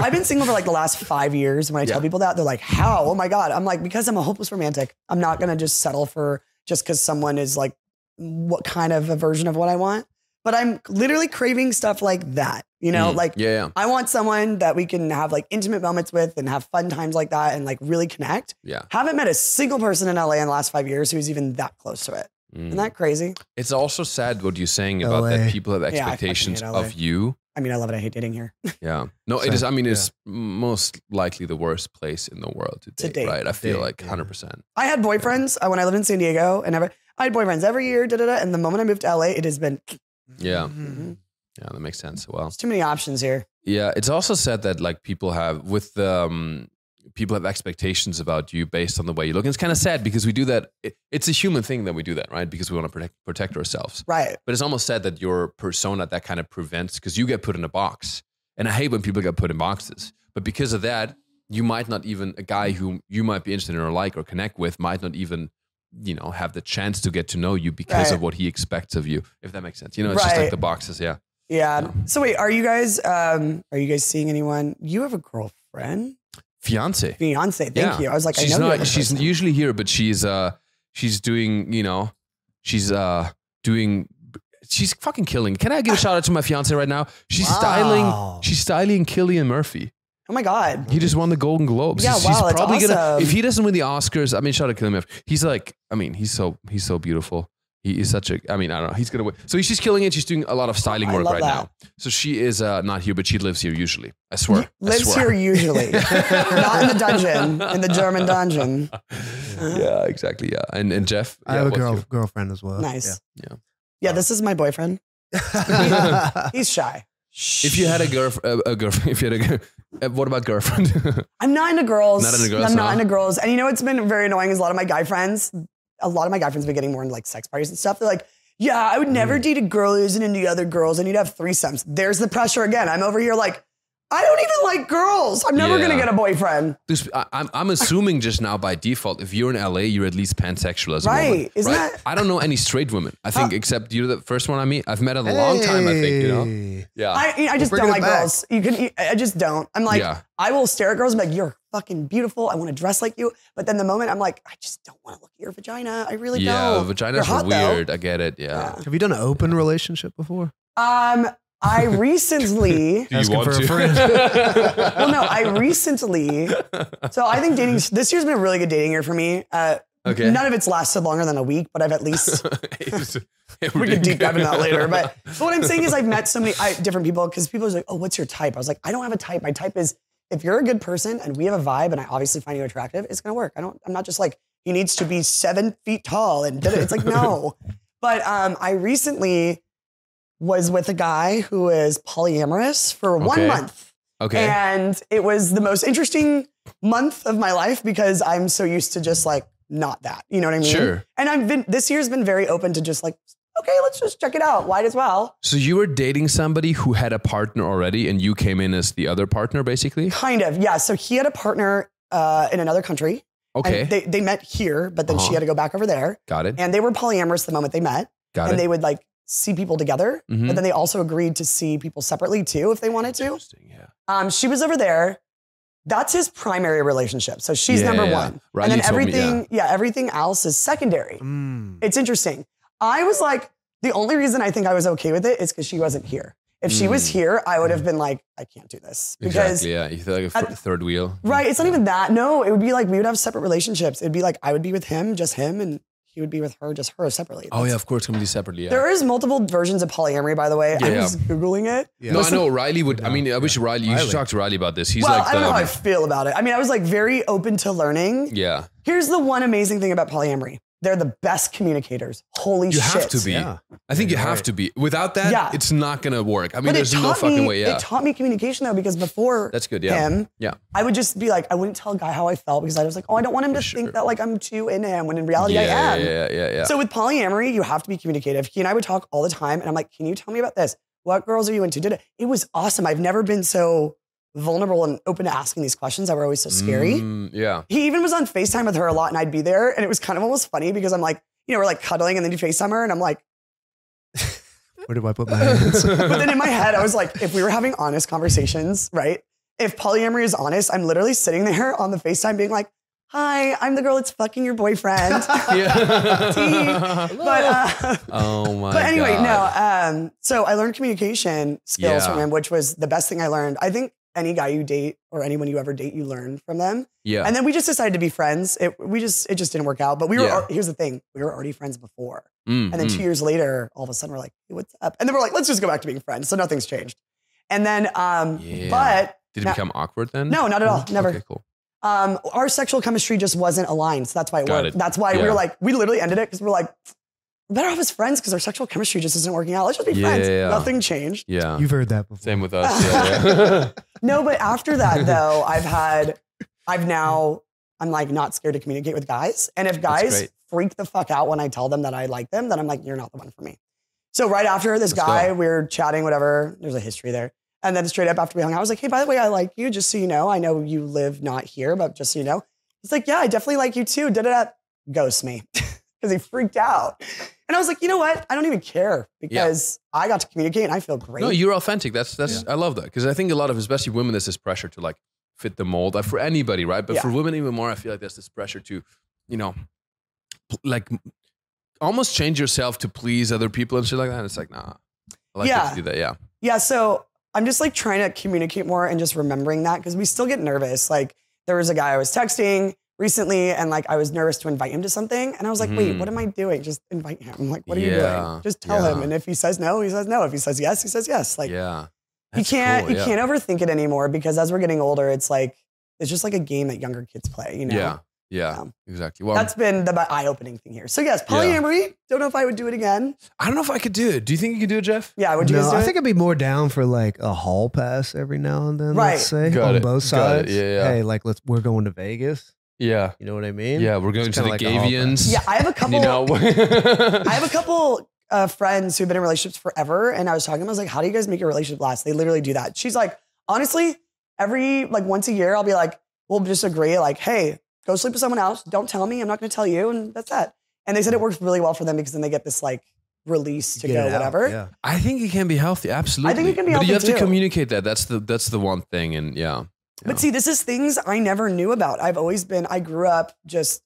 S3: I've been single for like the last five years. When I tell
S1: Yeah.
S3: people that, they're like, "How? Oh my god!" I'm like, because I'm a hopeless romantic. I'm not gonna just settle for just because someone is like, what kind of a version of what I want. But I'm literally craving stuff like that. You know,
S1: Mm,
S3: like
S1: yeah, yeah,
S3: I want someone that we can have like intimate moments with and have fun times like that and like really connect.
S1: yeah.
S3: Haven't met a single person in LA in the last five years who's even that close to it.
S1: Mm.
S3: Isn't that crazy?
S1: It's also sad what you're saying about
S2: LA.
S1: that people have
S3: I fucking hate
S1: expectations
S3: LA.
S1: of you.
S3: I mean, I love it. I hate dating here.
S1: Yeah. No, it
S2: Sad.
S1: is. I mean, it's most likely the worst place in the world to
S3: To
S1: date,
S3: date.
S1: right? I feel
S2: Date,
S1: like
S2: yeah.
S1: 100%.
S3: I had boyfriends uh, when I lived in San Diego, and ever I had boyfriends every year. Da da da. And the moment I moved to LA, it has been
S2: Mm.
S1: Yeah.
S3: Mhm.
S1: Yeah, that makes sense. Well,
S3: There's too many options here.
S1: Yeah, it's also said that like people have with um people have expectations about you based on the way you look. And it's kind of sad because we do that. It, it's a human thing that we do that, right? Because we want to protect protect ourselves.
S3: Right.
S1: But it's almost sad that your persona that kind of prevents because you get put in a box. And I hate when people get put in boxes. But because of that, you might not even a guy who you might be interested in or like or connect with might not even you know have the chance to get to know you because
S3: Right.
S1: of what he expects of you. If that makes sense, you know, it's just like
S3: Right.
S1: the boxes. Yeah.
S3: Yeah. So wait, are you guys um are you guys seeing anyone? You have a girlfriend?
S1: Fiance.
S3: Fiance. Thank
S1: Yeah.
S3: you. I was like,
S1: she's
S3: I know you
S1: not.
S3: have a
S1: She's
S3: person.
S1: usually here, but she's uh she's doing you know she's uh doing she's fucking killing. Can I give a
S3: Ah.
S1: shout out to my fiance right now? She's
S2: Wow. Oh.
S1: styling. She's styling Killian Murphy.
S3: Oh my god.
S1: He just won the Golden Globes.
S3: Yeah,
S1: he's,
S3: wow,
S1: he's
S3: that's
S1: probably gonna
S3: awesome.
S1: if he doesn't win the Oscars. I mean, shout out to Killian Murphy. He's like, I mean, he's so he's so beautiful. He is such a. I mean, I don't know. He's gonna win. So she's killing it. She's doing a lot of styling
S3: I
S1: work
S3: love
S1: right
S3: that.
S1: now. So she is uh, not here, but she lives here usually. I swear. I
S3: Lives
S1: swear.
S3: here usually. not in the dungeon. In the German dungeon.
S1: yeah, exactly. Yeah, and and Jeff,
S2: I
S1: yeah,
S2: have a
S1: what's
S2: girl,
S1: your-
S2: girlfriend as well.
S3: Nice.
S1: Yeah.
S3: Yeah, this is my boyfriend.
S2: Yeah.
S3: He's shy.
S1: If you had a girl, a, a girlfriend, if you had a, girl- uh, what about girlfriend?
S3: I'm not into girls.
S1: Not into girls,
S3: I'm not
S1: huh?
S3: into girls. And you know what's been very annoying is a lot of my guy friends, a lot of my guy friends have been getting more into like sex parties and stuff. They're like, yeah, I
S1: Mm.
S3: would never date a girl who isn't into other girls. I need to have threesomes. There's the pressure again. I'm over here like, I don't even like girls. I'm never
S1: Yeah.
S3: gonna get a boyfriend.
S1: This, I, I'm, I'm assuming just now by default, if you're in LA, you're at least pansexual as a
S3: Right,
S1: woman.
S3: isn't
S1: right?
S3: that-
S1: I don't know any straight women. I think except you're the first one I meet. I've met in a long time. I think you know.
S2: Hey.
S1: Yeah.
S3: I, I just
S2: Bring
S3: don't
S2: it
S3: like
S2: back.
S3: girls. You can. you- I just don't. I'm like,
S1: Yeah.
S3: I will stare at girls and be like, "You're fucking beautiful. I want to dress like you." But then the moment I'm like, I just don't want to look at your vagina. I really
S1: yeah.
S3: don't. You're
S1: Vaginas
S3: hot,
S1: are
S3: though.
S1: weird. I get it. Yeah.
S3: Yeah.
S2: Have you done an open relationship before?
S3: Um, I recently.
S1: Do
S2: Asking for a friend.
S3: well, no, I recently. So I think dating this year's been a really good dating year for me. Uh,
S1: Okay.
S3: None of it's lasted longer than a week, but I've at least we
S1: we
S3: can deep dive into that later. But, but what I'm saying is I've met so many I, different people because people are like, oh, what's your type? I was like, I don't have a type. My type is if you're a good person and we have a vibe and I obviously find you attractive, it's gonna work. I don't. I'm not just like he needs to be seven feet tall and da-da. it's like no. But um, I recently was with a guy who is polyamorous for
S1: Okay.
S3: one month.
S1: okay.
S3: And it was the most interesting month of my life because I'm so used to just like not that. You know what I mean?
S1: Sure.
S3: And I've been this year's been very open to just like, okay, let's just check it out. Wide as well.
S1: So you were dating somebody who had a partner already, and you came in as the other partner, basically.
S3: Kind of. Yeah. So he had a partner uh, in another country.
S1: Okay,
S3: And they, they met here, but then
S1: Uh-huh.
S3: she had to go back over there.
S1: got it,
S3: And they were polyamorous the moment they met.
S1: got
S3: and
S1: it.
S3: they would like see people together.
S1: Mhm.
S3: But then they also agreed to see people separately too if they wanted to.
S1: Interesting, yeah.
S3: Um, she was over there. That's his primary relationship. So she's
S1: Yeah,
S3: number
S1: yeah, yeah.
S3: one.
S1: Right,
S3: and
S1: you
S3: then
S1: told me, yeah.
S3: everything, yeah. everything else is secondary.
S2: Mm.
S3: It's interesting. I was like, the only reason I think I was okay with it is because she wasn't here. If she was
S1: Mm.
S3: here, I would have been like, I can't do this. Because,
S1: exactly, yeah. You feel like a fir- third wheel,
S3: right, it's not even that. No, it would be like we would have separate relationships. It'd be like I would be with him, just him, and he would be with her, just her separately.
S1: Oh yeah,
S3: That's-
S1: of course, completely separately. Yeah.
S3: There is multiple versions of polyamory, by the way. I
S1: Yeah.
S3: was Googling it.
S2: Yeah.
S1: no, I know Riley would. I mean, I wish Riley. You should
S2: Riley.
S1: talk to Riley about this. He's
S3: well,
S1: like
S3: I don't
S1: the um,
S3: know how I feel about it. I mean, I was like very open to learning.
S1: yeah.
S3: Here's the one amazing thing about polyamory. They're the best communicators. Holy
S1: You
S3: shit.
S1: have to be.
S2: Yeah.
S1: I think you
S2: You're
S1: have
S2: right.
S1: to be. Without that,
S3: Yeah.
S1: it's not gonna work. I mean,
S3: But it
S1: there's no
S3: taught,
S1: fucking
S3: me,
S1: way. Yeah,
S3: it taught me communication though, because before
S1: that's good. Yeah,
S3: him,
S1: yeah.
S3: I would just be like, I wouldn't tell a guy how I felt because I was like, oh, I don't want him to
S1: For sure.
S3: think that like I'm too in him when in reality
S1: yeah,
S3: E I
S1: yeah,
S3: am.
S1: yeah, yeah, yeah.
S3: So with polyamory, you have to be communicative. He and I would talk all the time, and I'm like, "Can you tell me about this? What girls are you into?" Did it? It was awesome. I've never been so vulnerable and open to asking these questions that were always so scary.
S1: Mm, yeah,
S3: He even was on Facetime with her a lot, and I'd be there, and it was kind of almost funny because I'm like, you know, we're like cuddling, and then you Facetime her, and I'm like,
S2: Where do I put my hands?
S3: but then in my head, I was like, if we were having honest conversations, right? If polyamory is honest, I'm literally sitting there on the Facetime being like, "Hi, I'm the girl that's fucking your boyfriend."
S1: yeah.
S3: but. Uh,
S1: oh my.
S3: But anyway,
S1: God.
S3: no. Um, so I learned communication skills
S1: Yeah.
S3: from him, which was the best thing I learned. I think any guy you date or anyone you ever date, you learn from them.
S1: Yeah.
S3: And then we just decided to be friends. It we just it just didn't work out. But we were
S1: Yeah.
S3: al- here's the thing: we were already friends before,
S1: Mm,
S3: and then
S1: mm.
S3: two years later, all of a sudden we're like, hey, "What's up?" And then we're like, "Let's just go back to being friends." So nothing's changed. And then, um,
S1: Yeah.
S3: but
S1: Did it
S3: No.
S1: become awkward then? Mm,
S3: no, not at all, never.
S1: Okay, cool.
S3: Um, our sexual chemistry just wasn't aligned, so that's why it
S1: Got it.
S3: worked. That's why we
S1: Yeah.
S3: were like, we literally ended it because we're like. We're better off as friends because our sexual chemistry just isn't working out. Let's just be friends.
S1: Yeah.
S3: Nothing changed.
S1: Yeah.
S2: You've heard that before.
S1: Same with us. Yeah,
S3: No, but after that though, I've had, I've now, I'm like not scared to communicate with guys. And if guys
S1: great.
S3: freak the fuck out when I tell them that I like them, then I'm like, you're not the one for me. So right after this
S1: Let's
S3: guy,
S1: go.
S3: we were chatting, whatever. There's a history there. And then straight up after we hung out, I was like, hey, by the way, I like you. Just so you know, I know you live not here, but just so you know, he's like, yeah, I definitely like you too. Da da da. Ghost me because he freaked out. And I was like, you know what? I don't even care because I got to communicate and I feel
S1: yeah.
S3: great.
S1: no, you're authentic. That's that's. I love that because I think a lot of, especially women, there's this pressure to like fit the mold Uh, for anybody, right? But
S3: Yeah.
S1: for women even more, I feel like there's this pressure to, you know, pl- like almost change yourself to please other people and shit like that. And it's like, nah, I like
S3: Yeah.
S1: to do that. Yeah,
S3: Yeah, so I'm just like trying to communicate more and just remembering that because we still get nervous. Like there was a guy I was texting recently and like I was nervous to invite him to something and I was like, "Wait,
S1: Mhm.
S3: what am I doing? Just invite him." like, "What are you
S1: Yeah,
S3: doing? Just tell him."
S1: yeah.
S3: And if he says no, he says no. If he says yes, he says yes. Like
S1: yeah.
S3: you
S1: That's
S3: can't
S1: cool,
S3: you
S1: yeah.
S3: can't overthink it anymore because as we're getting older, it's like it's just like a game that younger kids play, you know.
S1: Yeah, yeah,
S3: Um,
S1: exactly. Well,
S3: That's been the eye-opening thing here. So yes, polyamory. Don't know if I would do it again.
S1: I don't know if I could do it. Do you think you could do it, Jeff?
S3: Yeah, would you
S2: no,
S3: guys do
S2: I
S3: it?
S2: think I'd be more down for like a hall pass every now and then.
S3: Right.
S2: Let's say
S1: Got
S2: on
S1: it.
S2: both
S1: Got it.
S2: sides.
S1: Yeah, yeah.
S2: Hey, like let's we're going to Vegas.
S1: Yeah,
S2: You know what I mean?
S1: yeah. We're going
S2: It's
S1: to the
S2: kinda like a hall pass.
S1: Gavians.
S3: yeah, I have a couple
S1: You know,
S3: I have a couple uh, friends who've been in relationships forever, and I was talking. I was like, "How do you guys make your relationship last?" They literally do that. She's like, honestly, every like once a year, I'll be like, we'll just agree, like, hey, go sleep with someone else. Don't tell me. I'm not going to tell you. And that's that. And they said it works really well for them because then they get this like release to
S2: Get it
S3: go,
S2: out,
S3: whatever.
S2: Yeah.
S1: I think it can be healthy. Absolutely.
S3: it can be
S1: but
S3: healthy
S1: you have
S3: too.
S1: to communicate that. That's the that's the one thing. And yeah, Yeah.
S3: But see, this is things I never knew about. I've always been, I grew up just,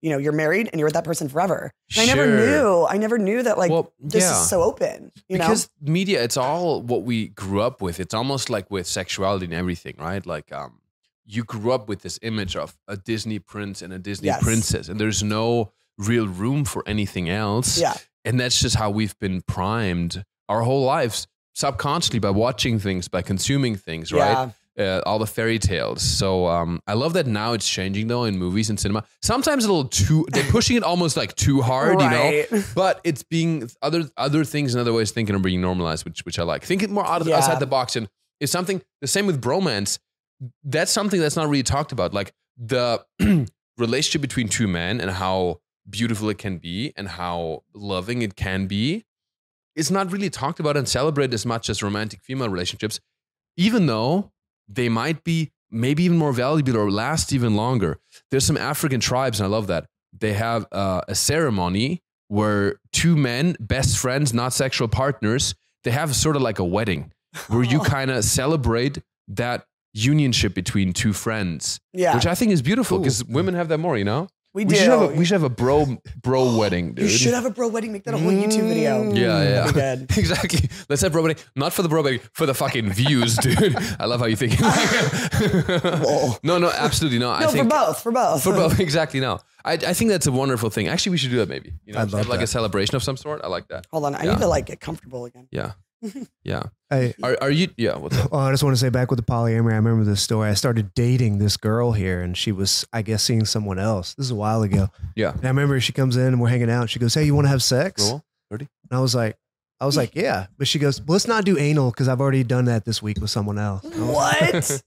S3: you know, you're married and you're with that person forever. And I never
S1: Sure.
S3: knew. I never knew that like
S1: well,
S3: this
S1: yeah.
S3: is so open. You
S1: because media, it's all what we grew up with. It's almost like with sexuality and everything, right? Like, um, you grew up with this image of a Disney prince and a Disney
S3: Yes.
S1: princess, and there's no real room for anything else.
S3: Yeah.
S1: and that's just how we've been primed our whole lives subconsciously by watching things, by consuming things,
S3: know?
S1: right? uh, all the fairy tales. So um, I love that now it's changing though in movies and cinema. Sometimes a little too they're pushing it almost like too hard, you know.
S3: Right.
S1: But it's being other other things and other ways of thinking are being normalized, which which I like. Think it more out of,
S3: Yeah.
S1: outside the box. And it's something the same with bromance. That's something that's not really talked about, like the relationship between two men and how beautiful it can be and how loving it can be. It's not really talked about and celebrated as much as romantic female relationships, even though they might be maybe even more valuable or last even longer. There's some African tribes, and I love that. They have uh, a ceremony where two men, best friends, not sexual partners, they have sort of like a wedding where you kind of celebrate that unionship between two friends,
S3: Yeah.
S1: which I think is beautiful
S2: Cool.
S1: because women have that more, you know?
S3: we
S1: We,
S3: do.
S1: should have a, we should have a bro, bro wedding, dude.
S3: you should have a bro wedding. Make that a whole YouTube video.
S1: Mm. Yeah, yeah.
S3: That'd be good.
S1: Exactly. Let's have bro wedding. Not for the bro wedding, for the fucking views, dude. I love how you think. no, no, absolutely not.
S3: No,
S1: I think
S3: for both. For both.
S1: for both, exactly. No, I, I think that's a wonderful thing. Actually, we should do that maybe. You know,
S2: I'd love
S1: have like a
S2: that.
S1: celebration of some sort. I like that.
S3: Hold on. I
S1: Yeah.
S3: need to like get comfortable again.
S1: Yeah, yeah.
S2: I,
S1: Are, are you? Yeah. What's up?
S2: Oh, I just want to say back with the polyamory, I remember this story. I started dating this girl here and she was, I guess, seeing someone else. This is a while ago.
S1: Yeah.
S2: And I remember she comes in and we're hanging out. She goes, Hey, you want to have sex?
S1: Roll.
S2: And I was like, I was like, Yeah. But she goes, Let's not do anal because I've already done that this week with someone else. And I was
S3: What?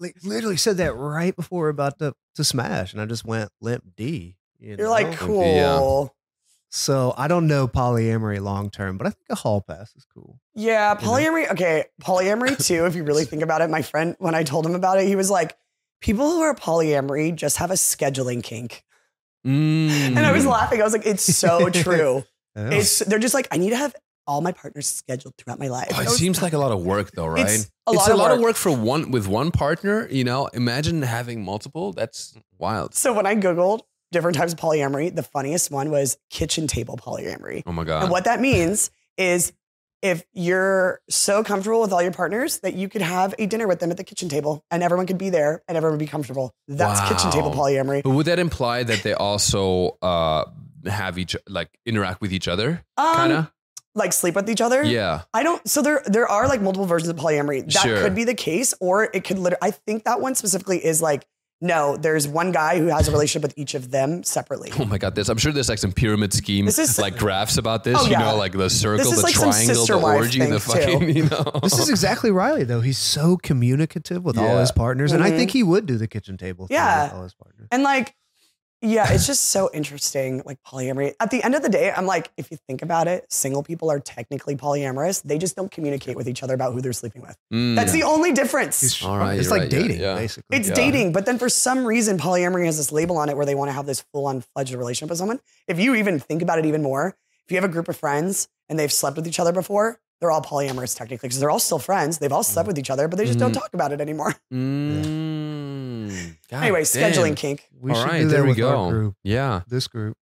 S2: Like, literally said that right before we're about to, to smash. And I just went limp D. you
S3: You're
S2: know?
S3: like,
S1: Yeah.
S3: cool.
S2: so I don't know polyamory long term, but I think a hall pass is cool.
S3: Yeah,
S1: Mm-hmm.
S2: You know?
S3: polyamory. Okay, polyamory too. if you really think about it, my friend, when I told him about it, he was like, "People who are polyamory just have a scheduling kink,"
S1: Mm.
S3: and I was laughing. I was like, "It's so true.
S2: Yeah.
S3: it's they're just like, I need to have all my partners scheduled throughout my life."
S1: Oh,
S3: I
S1: it
S3: was-
S1: seems like a lot of work, though, right?
S3: It's a lot, of, work.
S1: for one with one partner. You know, imagine having multiple. That's wild.
S3: So when I googled different types of polyamory, the funniest one was kitchen table polyamory.
S1: Oh my
S3: And
S1: god.
S3: what that means is if you're so comfortable with all your partners that you could have a dinner with them at the kitchen table and everyone could be there and everyone would be comfortable. That's kitchen table
S1: Wow.
S3: polyamory.
S1: But would that imply that they also uh, have each like interact with each other?
S3: Um, er,
S1: Kind of.
S3: Like sleep with each other.
S1: yeah.
S3: I don't. So there, there are like multiple versions of polyamory. That
S1: Sure.
S3: could be the case, or it could literally. I think that one specifically is like no. There's one guy who has a relationship with each of them separately.
S1: Oh my god, this I'm sure there's like some pyramid scheme
S3: This is-
S1: like graphs about this,
S3: Oh,
S1: you
S3: yeah.
S1: know, like the circle,
S3: is
S1: the
S3: like some
S1: triangle, the
S3: sister wife
S1: orgy, the
S3: thing, too.
S1: fucking, you know.
S2: This is exactly Riley, though. He's so communicative with all
S1: Yeah.
S2: his partners, and I
S3: Mhm.
S2: think he would do the kitchen table. thing
S3: Yeah.
S2: with all his partners.
S3: And like, yeah, it's just so interesting, like polyamory. At the end of the day, I'm like, if you think about it, single people are technically polyamorous. They just don't communicate with each other about who they're sleeping with.
S1: Mm.
S3: That's the only difference.
S2: He's-
S1: All right,
S2: it's
S1: you're
S2: like
S1: right, yeah,
S2: dating,
S1: yeah.
S2: basically.
S3: it's
S1: Yeah.
S3: dating, but then for some reason, polyamory has this label on it where they want to have this full on fledged relationship with someone. If you even think about it even more, if you have a group of friends and they've slept with each other before, they're all polyamorous technically because they're all still friends. They've all slept with each other, but they just don't
S1: Mhm.
S3: talk about it anymore.
S1: Mm. God damn.
S3: anyway, scheduling kink.
S2: we
S1: All
S2: should
S1: right,
S2: do that
S1: there we
S2: with
S1: go.
S2: our group,
S1: Yeah.
S2: this group.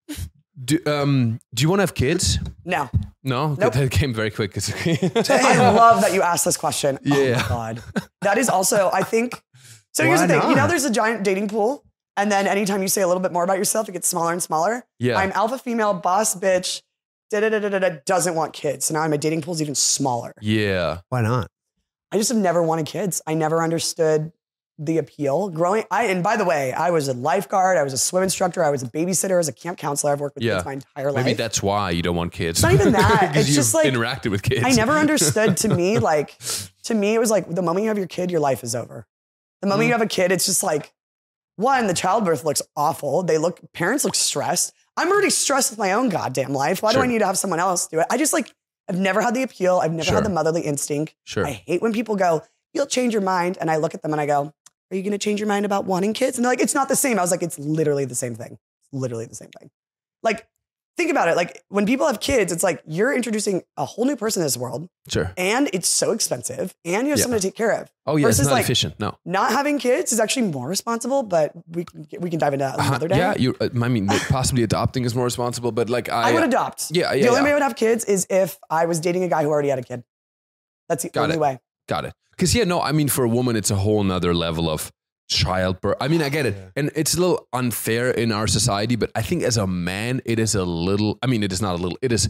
S1: Do, um, do you want to have kids?
S3: No.
S1: No,
S3: Nope.
S1: that came very quick. It's okay.
S3: I love that you asked this question. Oh
S1: Yeah.
S3: my god. That is also, I think. So here's
S2: Why
S3: the thing. You
S2: not?
S3: know, there's a giant dating pool, and then anytime you say a little bit more about yourself, it gets smaller and smaller.
S1: yeah.
S3: I'm alpha female boss bitch. Da da da da da. Doesn't want kids. So now my dating pool's even smaller.
S1: yeah.
S2: Why not?
S3: I just have never wanted kids. I never understood the appeal. Growing, I and by the way, I was a lifeguard. I was a swim instructor. I was a babysitter. I was a camp counselor. I've worked with
S1: Yeah.
S3: kids my entire life.
S1: Maybe that's why you don't want kids.
S3: It's not even that.
S1: 'Cause
S3: It's
S1: you've
S3: just, like,
S1: interacted with kids.
S3: I never understood to me, like, to me, it was like the moment you have your kid, your life is over. The moment
S1: Mm-hmm.
S3: you have a kid, it's just like, one, the childbirth looks awful. They look, parents look stressed. I'm already stressed with my own goddamn life. Why
S1: Sure.
S3: do I need to have someone else do it? I just like, I've never had the appeal. I've never
S1: Sure.
S3: had the motherly instinct.
S1: Sure.
S3: I hate when people go, you'll change your mind. And I look at them and I go, Are you going to change your mind about wanting kids? And they're like, It's not the same. I was like, It's literally the same thing. It's literally the same thing. Like, think about it. Like, when people have kids, it's like you're introducing a whole new person to this world
S1: Sure.
S3: and it's so expensive and you have
S1: Yeah.
S3: someone to take care of.
S1: Oh, yeah, it's
S3: Versus,
S1: not
S3: like,
S1: efficient. No.
S3: Not having kids is actually more responsible, but we can, we can dive into that
S1: Uh-huh.
S3: another day.
S1: Yeah, you. uh, I mean, possibly adopting is more responsible, but like I, uh,
S3: I would adopt.
S1: Yeah, yeah,
S3: The only
S1: yeah.
S3: way I would have kids is if I was dating a guy who already had a kid. That's the
S1: Got
S3: only
S1: it.
S3: way.
S1: Got it. Because yeah, no, I mean, for a woman, it's a whole nother level of childbirth. I mean, I get it,
S2: Yeah.
S1: and it's a little unfair in our society, but I think as a man, it is a little. I mean, it is not a little. It is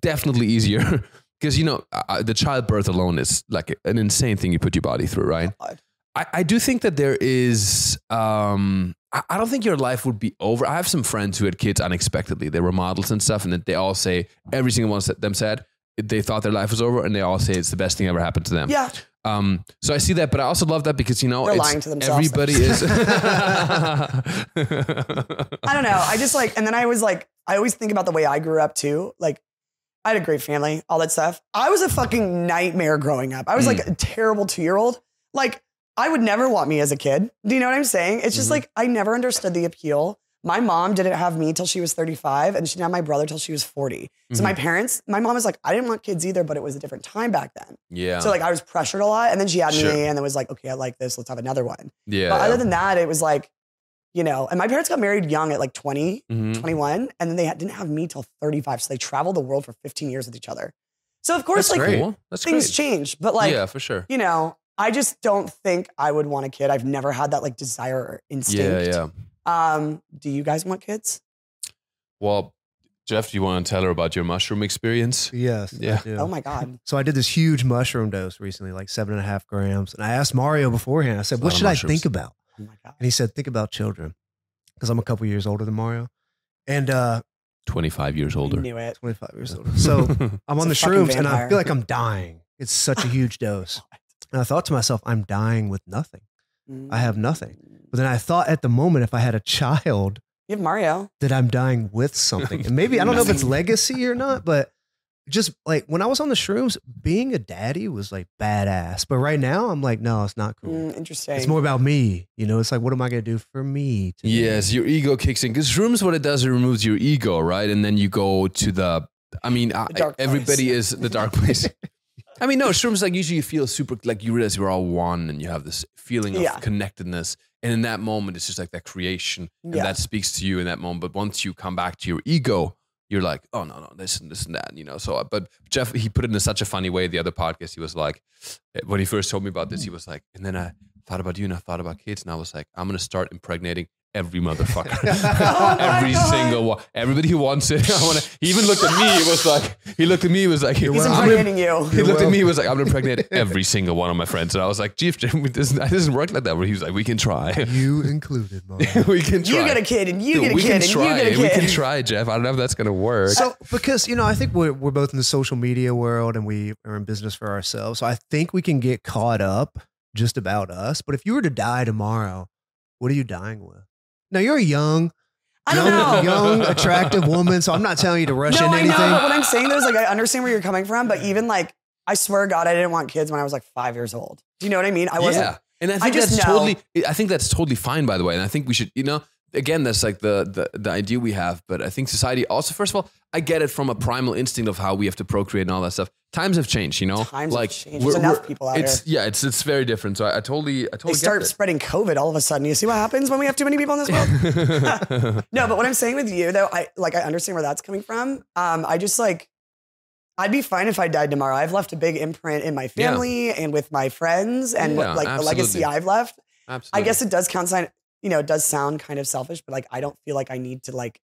S1: definitely easier because you know uh, the childbirth alone is like an insane thing you put your body through, right?
S3: God.
S1: I, I do think that there is. Um, I, I don't think your life would be over. I have some friends who had kids unexpectedly. They were models and stuff, and that they all say every single one of them said they thought their life was over, and they all say it's the best thing ever happened to them.
S3: Yeah.
S1: Um, so I see that, but I also love that because you know
S3: They're
S1: it's-
S3: lying to themselves.
S1: Everybody is.
S3: I don't know. I just like, and then I was like, I always think about the way I grew up too. Like, I had a great family, all that stuff. I was a fucking nightmare growing up. I was
S1: Mm.
S3: like a terrible two year old. Like, I would never want me as a kid. Do you know what I'm saying? It's just
S1: Mhm.
S3: like, I never understood the appeal. My mom didn't have me till she was 35, and she didn't have my brother till she was 40. So,
S1: Mm-hmm.
S3: my parents, my mom was like, I didn't want kids either, but it was a different time back then.
S1: yeah.
S3: So, like, I was pressured a lot. And then she had
S1: Sure.
S3: me, and then was like, okay, I like this. Let's have another one.
S1: yeah.
S3: But other than that, it was like, you know, and my parents got married young at like 20,
S1: Mhm.
S3: 21, and then they had, didn't have me till 35. So they traveled the world for 15 years with each other. So of course,
S1: That's
S3: like
S1: great. Cool. That's
S3: things
S1: great.
S3: change, but like,
S1: yeah, for sure.
S3: you know, I just don't think I would want a kid. I've never had that like desire or instinct.
S1: Yeah, yeah.
S3: Um, do you guys want kids?
S1: Well, Jeff, do you want to tell her about your mushroom experience?
S2: Yes. I
S1: Yeah.
S2: do.
S3: Oh my God.
S2: So I did this huge mushroom dose recently, like seven and a half grams. And I asked Mario beforehand, I said,
S1: It's a
S2: what
S1: lot of
S2: should I
S1: mushrooms.
S2: think about?
S3: Oh my God.
S2: And he said, think about children. Because I'm a couple years older than Mario. And uh,
S1: Twenty-five years
S3: I
S1: older.
S3: knew it.
S2: 25 years older. So I'm on the
S3: It's a fucking
S2: shrooms and I
S3: vampire.
S2: feel like I'm dying. It's such a huge dose. And I thought to myself, I'm dying with nothing.
S3: Mm.
S2: I have nothing. But then I thought at the moment, if I had a child,
S3: You have Mario.
S2: that I'm dying with something. And maybe I don't know if it's legacy or not, but just like when I was on the shrooms, being a daddy was like badass. But right now, I'm like, no, it's not cool.
S3: Mm, interesting.
S2: It's more about me. You know, it's like, what am I going to do for me? today?
S1: Yes, your ego kicks in because shrooms, what it does, it removes your ego, right? And then you go to the. I mean, I,
S3: dark place.
S1: everybody is the dark place. I mean, no shrooms. Like usually, you feel super. Like you realize we're all one, and you have this feeling of
S3: Yeah.
S1: connectedness. And in that moment, it's just like that creation, and
S3: Yeah.
S1: that speaks to you in that moment. But once you come back to your ego, you're like, oh no, no, this and this and that, you know. So, uh, but Jeff, he put it in such a funny way. The other podcast, he was like, when he first told me about this,
S3: Hmm.
S1: he was like, and then I thought about you, and I thought about kids, and I was like, I'm gonna start impregnating every motherfucker.
S3: Oh my
S1: Every
S3: God.
S1: single one, everybody who wants it. I want to. He even looked at me. He was like, he looked at me. He was like,
S3: He's
S1: "I'm gonna-
S3: impregnating you.
S1: he
S2: You're
S1: looked at me.
S2: welcome.
S1: He was like, "I'm gonna impregnate every single one of my friends," and I was like, "Chief, it doesn't, it doesn't work like that." But he was like, "We can try.
S2: You included, Mario.
S1: we can try.
S3: You get a kid and you
S1: Dude,
S3: get a
S1: we
S3: kid
S1: can
S3: and you
S1: try.
S3: get a kid.
S1: We can try, Jeff. I don't know if that's gonna work."
S2: So, because you know, I think we're we're both in the social media world and we are in business for ourselves. So, I think we can get caught up just about us. But if you were to die tomorrow, what are you dying with? Now, you're a young,
S3: I don't know.
S2: young, young, attractive woman. So, I'm not telling you to rush
S3: no,
S2: into
S3: I
S2: anything.
S3: know. But what I'm saying though is like I understand where you're coming from, but even like I swear to God, I didn't want kids when I was like five years old. Do you know what I mean? I wasn't.
S1: Yeah. And I
S3: I
S1: think
S3: just
S1: that's
S3: know-
S1: totally I think that's totally fine by the way. And I think we should, you know, again, that's like the, the the idea we have, but I think society also first of all, I get it from a primal instinct of how we have to procreate and all that stuff. Times have changed, you know?
S3: Times have
S1: like
S3: changed. There's enough people out
S1: it's yeah, it's it's very different. So I, I totally I
S3: They
S1: totally
S3: start spreading COVID all of a sudden. You see what happens when we have too many people in this world?
S1: get that.
S3: No, but what I'm saying with you though, I like I understand where that's coming from. Um, I just like I'd be fine if I died tomorrow. I've left a big imprint in my
S1: Yeah.
S3: family and with my friends and
S1: Yeah,
S3: what, like the
S1: absolutely.
S3: legacy I've left.
S1: Absolutely.
S3: I guess it does count. sign- You know, it does sound kind of selfish, but like I don't feel like I need to like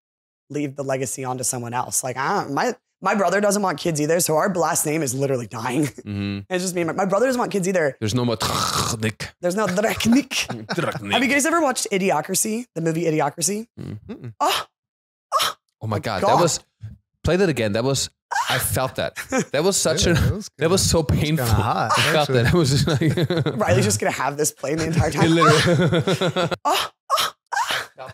S3: leave the legacy onto someone else. Like I don't, my my brother doesn't want kids either, so our last name is literally dying.
S1: Mhm.
S3: it's just me. And my, my brother doesn't want kids either.
S1: There's no more Nick.
S3: There's no Draknik. Have you
S1: Nick.
S3: guys ever watched Idiocracy? The movie Idiocracy?
S2: Mm-mm.
S3: Oh,
S1: Mm-hmm. Oh my
S3: Oh,
S1: god, that
S3: God.
S1: was play that again. That was I felt that. That was such
S2: Yeah,
S1: a
S2: that was
S1: that was so
S2: kinda
S1: painful.
S2: hot,
S1: I felt that. I was just like
S3: Riley's just gonna have this playing the entire time.
S1: Literally.
S3: Oh,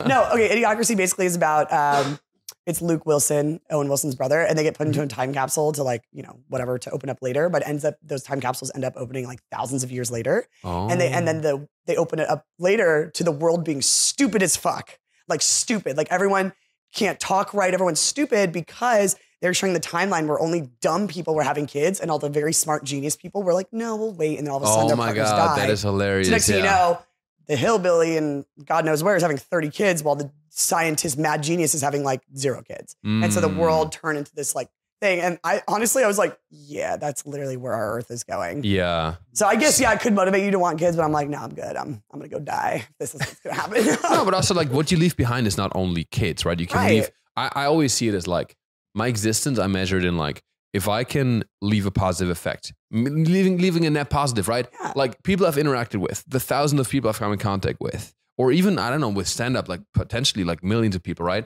S3: no, okay. Idiocracy basically is about um, it's Luke Wilson, Owen Wilson's brother, and they get put into a time capsule to like, you know, whatever to open up later, but ends up those time capsules end up opening like thousands of years later.
S1: Oh.
S3: And they and then the they open it up later to the world being stupid as fuck. Like stupid. Like everyone can't talk right, everyone's stupid because they're showing the timeline where only dumb people were having kids and all the very smart genius people were like, no, we'll wait. And then all of a sudden
S1: Oh
S3: their
S1: my
S3: partners
S1: god,
S3: die.
S1: that is hilarious.
S3: So next thing you
S1: yeah.
S3: know, the hillbilly and God knows where is having 30 kids while the scientist, mad genius, is having like zero kids. And so the
S1: Mm.
S3: world turned into this like thing. And I honestly, I was like, yeah, that's literally where our earth is going.
S1: Yeah.
S3: So I guess, yeah, it could motivate you to want kids, but I'm like, no, I'm good. I'm, I'm going to go die. This is what's going to happen.
S1: No, but also like what you leave behind is not only kids, right? You can
S3: Right.
S1: leave. I, I always see it as like my existence. I measure it in like if I can leave a positive effect, M- leaving leaving a net positive, right?
S3: Yeah.
S1: Like people I've interacted with, the thousands of people I've come in contact with, or even I don't know with stand up, like potentially like millions of people, right?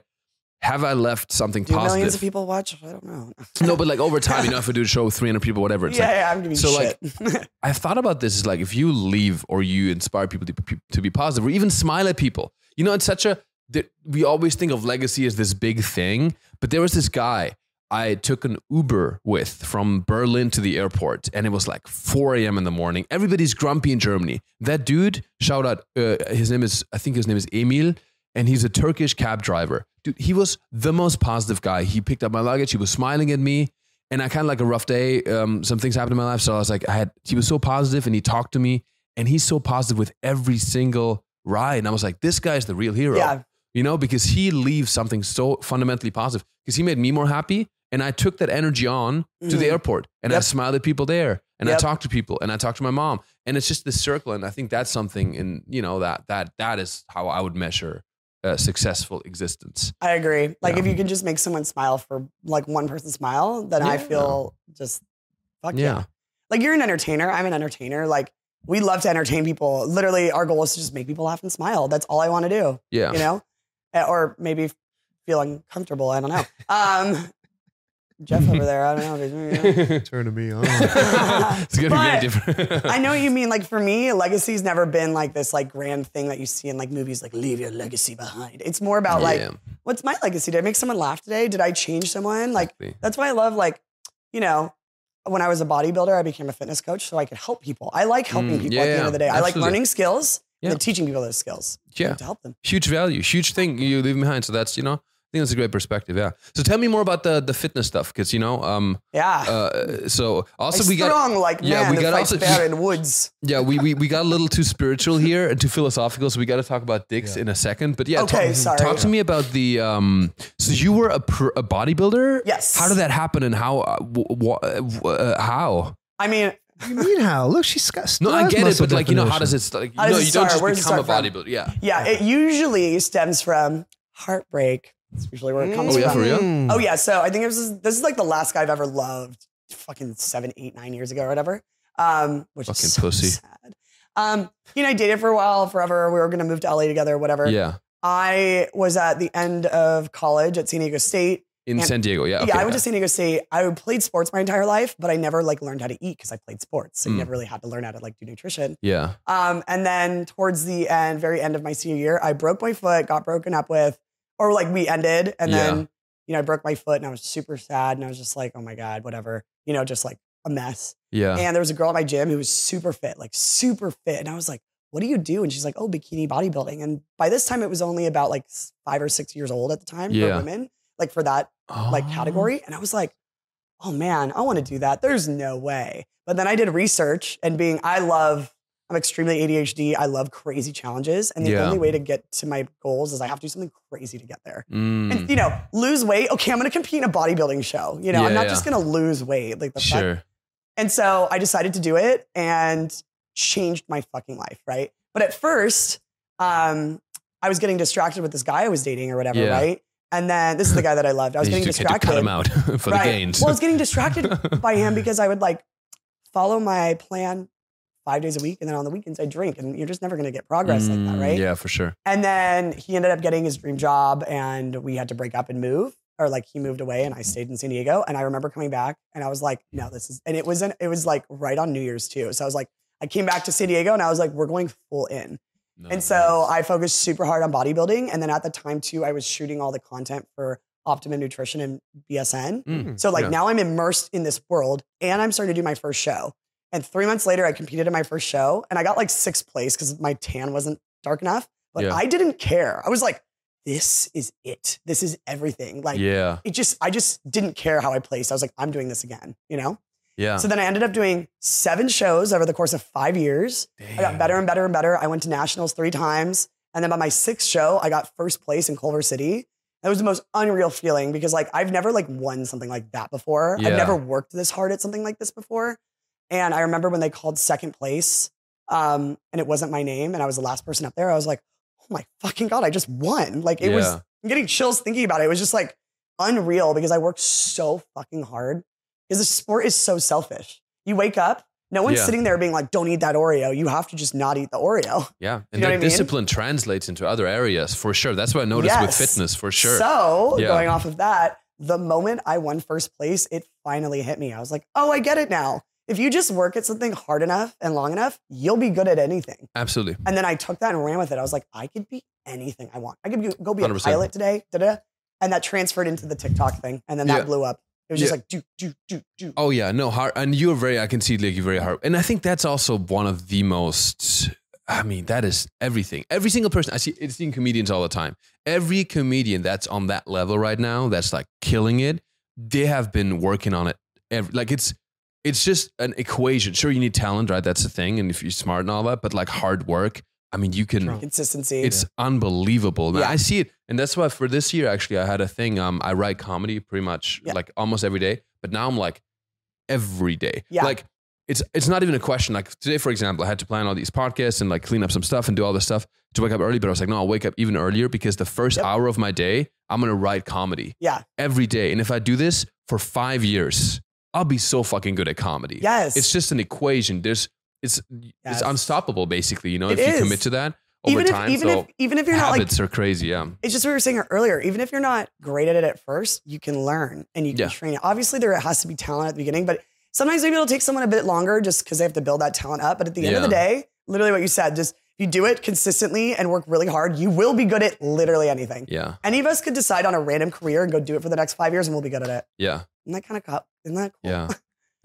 S1: Have I left something
S3: Do
S1: positive?
S3: millions of people watch? I don't know.
S1: no, but like over time, you know, if I do a show with 300 people, whatever, it's
S3: yeah,
S1: like,
S3: yeah, I'm giving
S1: so,
S3: you
S1: like,
S3: shit.
S1: I've thought about this is like if you leave or you inspire people to be, to be positive or even smile at people. You know, it's such a that we always think of legacy as this big thing, but there was this guy I took an Uber with from Berlin to the airport, and it was like 4 a.m. in the morning. Everybody's grumpy in Germany. That dude, shout out, uh, his name is I think his name is Emil, and he's a Turkish cab driver. Dude, he was the most positive guy. He picked up my luggage. He was smiling at me and I kind of like a rough day. Um, some things happened in my life, so I was like, I had. He was so positive, and he talked to me, and he's so positive with every single ride. And I was like, this guy is the real hero,
S3: Yeah.
S1: you know, because he leaves something so fundamentally positive. Because he made me more happy, and I took that energy on to the
S3: Mhm.
S1: airport, and I
S3: Yep.
S1: smiled at people there, and I
S3: Yep.
S1: talked to people, and I talked to my mom, and it's just this circle. And I think that's something, and you know that that that is how I would measure uh, successful existence.
S3: I agree. Like
S1: Yeah.
S3: if you can just make someone smile for like one person smile, then I
S1: Yeah.
S3: feel just fuck yeah.
S1: Yeah.
S3: Like you're an entertainer. I'm an entertainer. Like we love to entertain people. Literally, our goal is to just make people laugh and smile. That's all I want to do.
S1: Yeah,
S3: You know, Uh, or maybe feeling comfortable. I don't know. Um, Jeff over there. I don't know. if he's-
S2: Turning me on.
S1: it's gonna be very
S3: But
S1: different.
S3: I know what you mean. Like for me, legacy's never been like this like grand thing that you see in like movies, like leave your legacy behind. It's more about like
S1: Yeah.
S3: what's my legacy? Did I make someone laugh today? Did I change someone? Like
S1: Exactly.
S3: that's why I love like, you know, when I was a bodybuilder, I became a fitness coach so I could help people. I like helping
S1: Mm,
S3: people
S1: yeah,
S3: at the
S1: yeah,
S3: end of the day. I like
S1: absolutely.
S3: learning skills
S1: Yeah.
S3: and then teaching people those skills
S1: yeah,
S3: to help them.
S1: huge value, huge thing you leave behind. So that's you know, I think that's a great perspective. Yeah. So tell me more about the the fitness stuff because you know, um,
S3: Yeah.
S1: uh, so also
S3: Like,
S1: we got
S3: strong like
S1: yeah,
S3: man
S1: we
S3: that
S1: got
S3: fights
S1: also-
S3: fair in woods.
S1: yeah we, we we got a little too spiritual here and too philosophical, so we got to talk about dicks in a second. But yeah,
S3: Okay,
S1: talk,
S3: sorry.
S1: talk to me about the um. So you were a pr- a bodybuilder.
S3: Yes.
S1: How did that happen and how uh, w- w- uh, w- uh, how?
S3: I mean,
S2: you mean how? Look, she's got.
S1: No, I
S2: has
S1: get it,
S2: muscle
S1: but like you know, how
S2: definition.
S1: does it start? Like,
S3: How does
S1: no,
S3: it
S1: you don't
S3: start?
S1: just
S3: Where does it
S1: become a
S3: start from?
S1: bodybuilder. Yeah.
S3: yeah, it usually stems from heartbreak. That's usually where it comes
S1: Oh yeah,
S3: from.
S1: for real.
S2: Mm.
S3: Oh yeah, so I think this is this is like the last guy I've ever loved, fucking seven, eight, nine years ago or whatever. Um, which
S1: Fucking
S3: is so
S1: pussy.
S3: sad. Um, he and I dated for a while, forever. We were gonna move to LA together, whatever.
S1: Yeah.
S3: I was at the end of college at San Diego State.
S1: In
S3: And-
S1: San Diego. Yeah.
S3: yeah,
S1: okay,
S3: I went to San Diego State. I played sports my entire life, but I never like learned how to eat because I played sports. So
S1: Mm.
S3: you never really had to learn how to like do nutrition.
S1: Yeah.
S3: Um, and then towards the end, very end of my senior year, I broke my foot, got broken up with, or like we ended. And
S1: Yeah.
S3: then, you know, I broke my foot and I was super sad. And I was just like, oh my God, whatever, you know, just like a mess.
S1: Yeah.
S3: And there was a girl at my gym who was super fit, like super fit. And I was like, what do you do? And she's like, oh, bikini bodybuilding. And by this time, it was only about like s- five or six years old at the time
S1: Yeah.
S3: for women, like for that like
S1: Oh.
S3: category. And I was like, oh man, I want to do that. There's no way. But then I did research and being, I love, I'm extremely ADHD. I love crazy challenges. And the
S1: Yeah.
S3: only way to get to my goals is I have to do something crazy to get there.
S1: Mm.
S3: And, you know, lose weight. Okay, I'm going to compete in a bodybuilding show. You know,
S1: Yeah,
S3: I'm not
S1: yeah.
S3: just going to lose weight. Like the fuck?
S1: sure.
S3: And so I decided to do it and changed my fucking life, right? But at first, um, I was getting distracted with this guy I was dating or whatever,
S1: Yeah.
S3: right? And then this is the guy that I loved. I was
S1: You
S3: getting
S1: just had to
S3: distracted.
S1: cut him out for the gains.
S3: Well, I was getting distracted by him because I would like follow my plan five days a week, and then on the weekends I drink, and you're just never going to get progress like that,
S1: Mm,
S3: right?
S1: Yeah, for sure.
S3: And then he ended up getting his dream job, and we had to break up and move, or like he moved away, and I stayed in San Diego. And I remember coming back, and I was like, no, this is, and it wasn't, it was like right on New Year's too. So I was like, I came back to San Diego, and I was like, we're going full in.
S1: Oh,
S3: And so I focused super hard on bodybuilding. And then at the time, too, I was shooting all the content for Optimum Nutrition and BSN.
S1: Mm.
S3: So like
S1: Yeah.
S3: now I'm immersed in this world and I'm starting to do my first show. And three months later, I competed in my first show and I got like sixth place because my tan wasn't dark enough. But
S1: Yeah.
S3: I didn't care. I was like, this is it. This is everything. Like
S1: yeah.
S3: it just, I just didn't care how I placed. I was like, I'm doing this again, you know?
S1: Yeah.
S3: So then I ended up doing seven shows over the course of five years. I got better and better and better. I went to nationals three times. And then by my sixth show, I got first place in Culver City. That was the most unreal feeling because like I've never like won something like that before.
S1: Yeah.
S3: I've never worked this hard at something like this before. And I remember when they called second place, um, and it wasn't my name, and I was the last person up there. I was like, oh my fucking God, I just won. Like it was
S1: Yeah.
S3: I'm getting chills thinking about it. It was just like unreal because I worked so fucking hard. Because the sport is so selfish. You wake up, no one's
S1: Yeah.
S3: sitting there being like, don't eat that Oreo. You have to just not eat the Oreo.
S1: Yeah, and
S3: know
S1: that
S3: what I mean?
S1: discipline translates into other areas for sure. That's what I noticed with
S3: Yes.
S1: fitness for sure.
S3: So,
S1: Yeah.
S3: going off of that, the moment I won first place, it finally hit me. I was like, oh, I get it now. If you just work at something hard enough and long enough, you'll be good at anything.
S1: Absolutely.
S3: And then I took that and ran with it. I was like, I could be anything I want. I could be, go be a
S1: 100%.
S3: pilot today. Da-da. And that transferred into the TikTok thing. And then that
S1: Yeah.
S3: blew up. It was just
S1: Yeah.
S3: like, do, do, do, do.
S1: Oh yeah, no hard, and you're very. I can see like you're very hard, and I think that's also one of the most. I mean, that is everything. Every single person I see, it's seeing comedians all the time. Every comedian that's on that level right now, that's like killing it. They have been working on it. Every, like it's, it's just an equation. Sure, you need talent, right? That's the thing, and if you're smart and all that, but like hard work. I mean, you can.
S3: Consistency.
S1: It's unbelievable. Man.
S3: Yeah.
S1: I see it. And that's why for this year, actually, I had a thing. Um, I write comedy pretty much
S3: Yeah.
S1: like almost every day, but now I'm like every day.
S3: Yeah.
S1: Like it's, it's not even a question. Like today, for example, I had to plan all these podcasts and like clean up some stuff and do all this stuff to wake up early. But I was like, no, I'll wake up even earlier because the first
S3: Yep.
S1: hour of my day, I'm going to write comedy
S3: Yeah.
S1: every day. And if I do this for five years, I'll be so fucking good at comedy.
S3: Yes.
S1: It's just an equation. There's, it's, it's
S3: Yes.
S1: unstoppable basically, you know,
S3: It
S1: if
S3: is.
S1: you commit to that over
S3: even
S1: time.
S3: if even
S1: so
S3: if even if you're not like
S1: habits are crazy. Yeah.
S3: it's just what we were saying earlier. Even if you're not great at it at first, you can learn and you can
S1: Yeah.
S3: train it. Obviously, there has to be talent at the beginning, but sometimes maybe it'll take someone a bit longer just because they have to build that talent up. But at the end of the
S1: Yeah.
S3: day, literally what you said, just if you do it consistently and work really hard, you will be good at literally anything.
S1: Yeah.
S3: Any of us could decide on a random career and go do it for the next five years, and we'll be good at it.
S1: Yeah.
S3: Isn't that kind of cool? Isn't that cool?
S1: Yeah.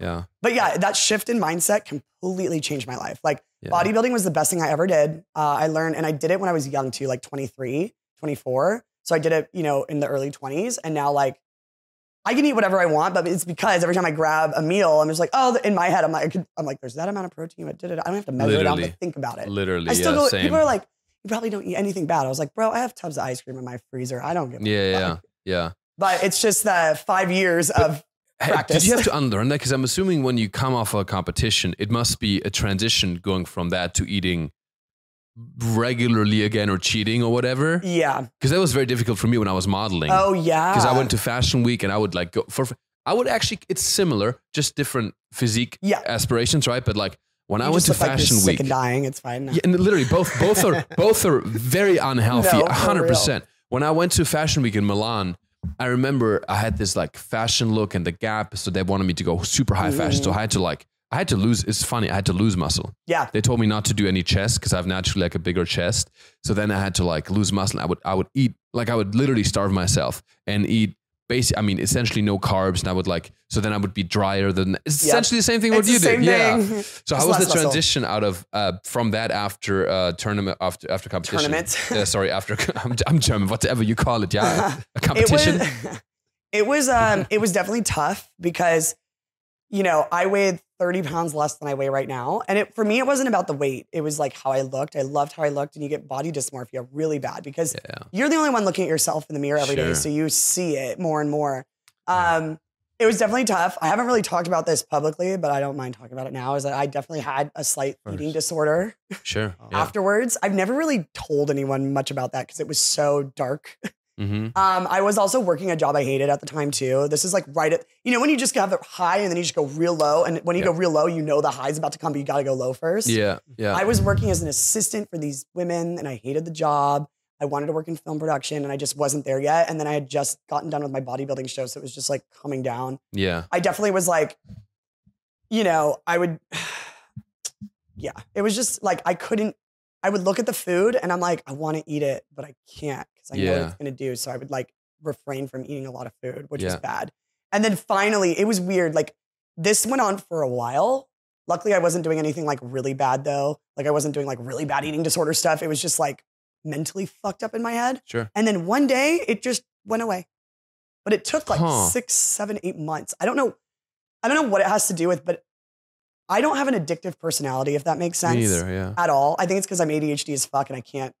S1: Yeah.
S3: But yeah, that shift in mindset completely changed my life. Like
S1: Yeah.
S3: bodybuilding was the best thing I ever did. Uh, I learned, and I did it when I was young too, like 23, 24. So I did it, you know, in the early 20s. And now, like, I can eat whatever I want, but it's because every time I grab a meal, I'm just like, oh, in my head, I'm like, I could, I'm like, there's that amount of protein. I did it. I don't have to measure it. I don't have
S1: Literally.
S3: to think about it.
S1: Literally.
S3: I still
S1: yeah.
S3: go.
S1: same.
S3: People are like, you probably don't eat anything bad. I was like, bro, I have tubs of ice cream in my freezer. I don't give. a
S1: yeah. Yeah.
S3: fuck."
S1: Yeah.
S3: But it's just the five years of
S1: Hey, did
S3: Practice.
S1: you have to unlearn that? Because I'm assuming when you come off a competition, it must be a transition going from that to eating regularly again or cheating or whatever.
S3: yeah.
S1: Because that was very difficult for me when I was modeling.
S3: Oh yeah.
S1: Because I went to Fashion Week and I would like go for. I would actually. It's similar, just different physique
S3: Yeah.
S1: aspirations, right? But like when I
S3: You
S1: went
S3: just
S1: to
S3: look like you're
S1: Fashion
S3: sick
S1: Week,
S3: and dying. It's fine.
S1: Yeah, and literally both both are both are very unhealthy.
S3: No, for
S1: A hundred percent. When I went to Fashion Week in Milan, I remember I had this like fashion look and the gap, so they wanted me to go super high fashion.
S3: Mm-hmm.
S1: So I had to like I had to lose. It's funny. I had to lose muscle.
S3: Yeah.
S1: They told me not to do any chest because I've naturally like a bigger chest. So then I had to like lose muscle. I would I would eat like I would literally starve myself and eat. Basic, I mean, essentially no carbs, and I would like. So then I would be drier than. It's
S3: Yeah.
S1: essentially the same thing. what
S3: It's
S1: you
S3: the same
S1: did, yeah. So
S3: thing. Just
S1: how was
S3: less
S1: the
S3: muscle.
S1: transition out of uh, from that after uh, tournament after after competition?
S3: Tournament.
S1: Yeah, sorry, after I'm, I'm German, whatever you call it. Yeah, a competition.
S3: It was, it was, um, it was definitely tough because, you know, I weighed 30 pounds less than I weigh right now. And it, for me, it wasn't about the weight. It was like how I looked. I loved how I looked. And you get body dysmorphia really bad because
S1: yeah,
S3: you're the only one looking at yourself in the mirror every day.
S1: Sure.
S3: So you see it more and more. Um, it was definitely tough. I haven't really talked about this publicly, but I don't mind talking about it now. Is that I definitely had a slight eating disorder
S1: sure.
S2: Oh.
S1: Yeah.
S3: afterwards. I've never really told anyone much about that because it was so dark.
S1: hmm
S3: Um, I was also working a job I hated at the time too. This is like right at you know when you just have it high and then you just go real low, and when you
S1: Yeah.
S3: go real low, you know the high's about to come, but you got to go low first.
S1: yeah, yeah,
S3: I was working as an assistant for these women, and I hated the job. I wanted to work in film production, and I just wasn't there yet. And then I had just gotten done with my bodybuilding show, so it was just like coming down.
S1: yeah,
S3: I definitely was like, you know, I would, yeah, it was just like I couldn't. I would look at the food and I'm like, I want to eat it, but I can't because I know what
S1: Yeah.
S3: it's gonna do. So I would like refrain from eating a lot of food, which was
S1: Yeah.
S3: bad. And then finally, it was weird. Like this went on for a while. Luckily, I wasn't doing anything like really bad though. Like I wasn't doing like really bad eating disorder stuff. It was just like mentally fucked up in my head.
S1: Sure.
S3: And then one day it just went away. But it took like
S1: Huh.
S3: six, seven, eight months. I don't know. I don't know what it has to do with, but I don't have an addictive personality, if that makes sense.
S1: Me either. Yeah.
S3: At all. I think it's because I'm ADHD as fuck and I can't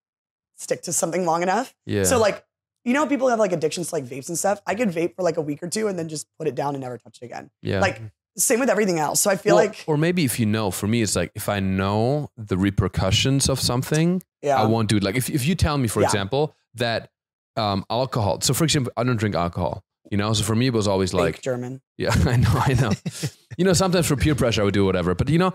S3: stick to something long enough.
S1: Yeah.
S3: So like, you know, how people have like addictions to like vapes and stuff. I could vape for like a week or two and then just put it down and never touch it again.
S1: yeah.
S3: Like same with everything else. So I feel
S1: Well,
S3: like
S1: or maybe if you know, for me, it's like if I know the repercussions of something,
S3: yeah,
S1: I won't do it. Like if, if you tell me, for
S3: Yeah.
S1: example, that um, alcohol. So for example, I don't drink alcohol. You know, so for me it was always
S3: fake
S1: like,
S3: German.
S1: yeah, I know, I know. you know, sometimes for peer pressure I would do whatever, but you know,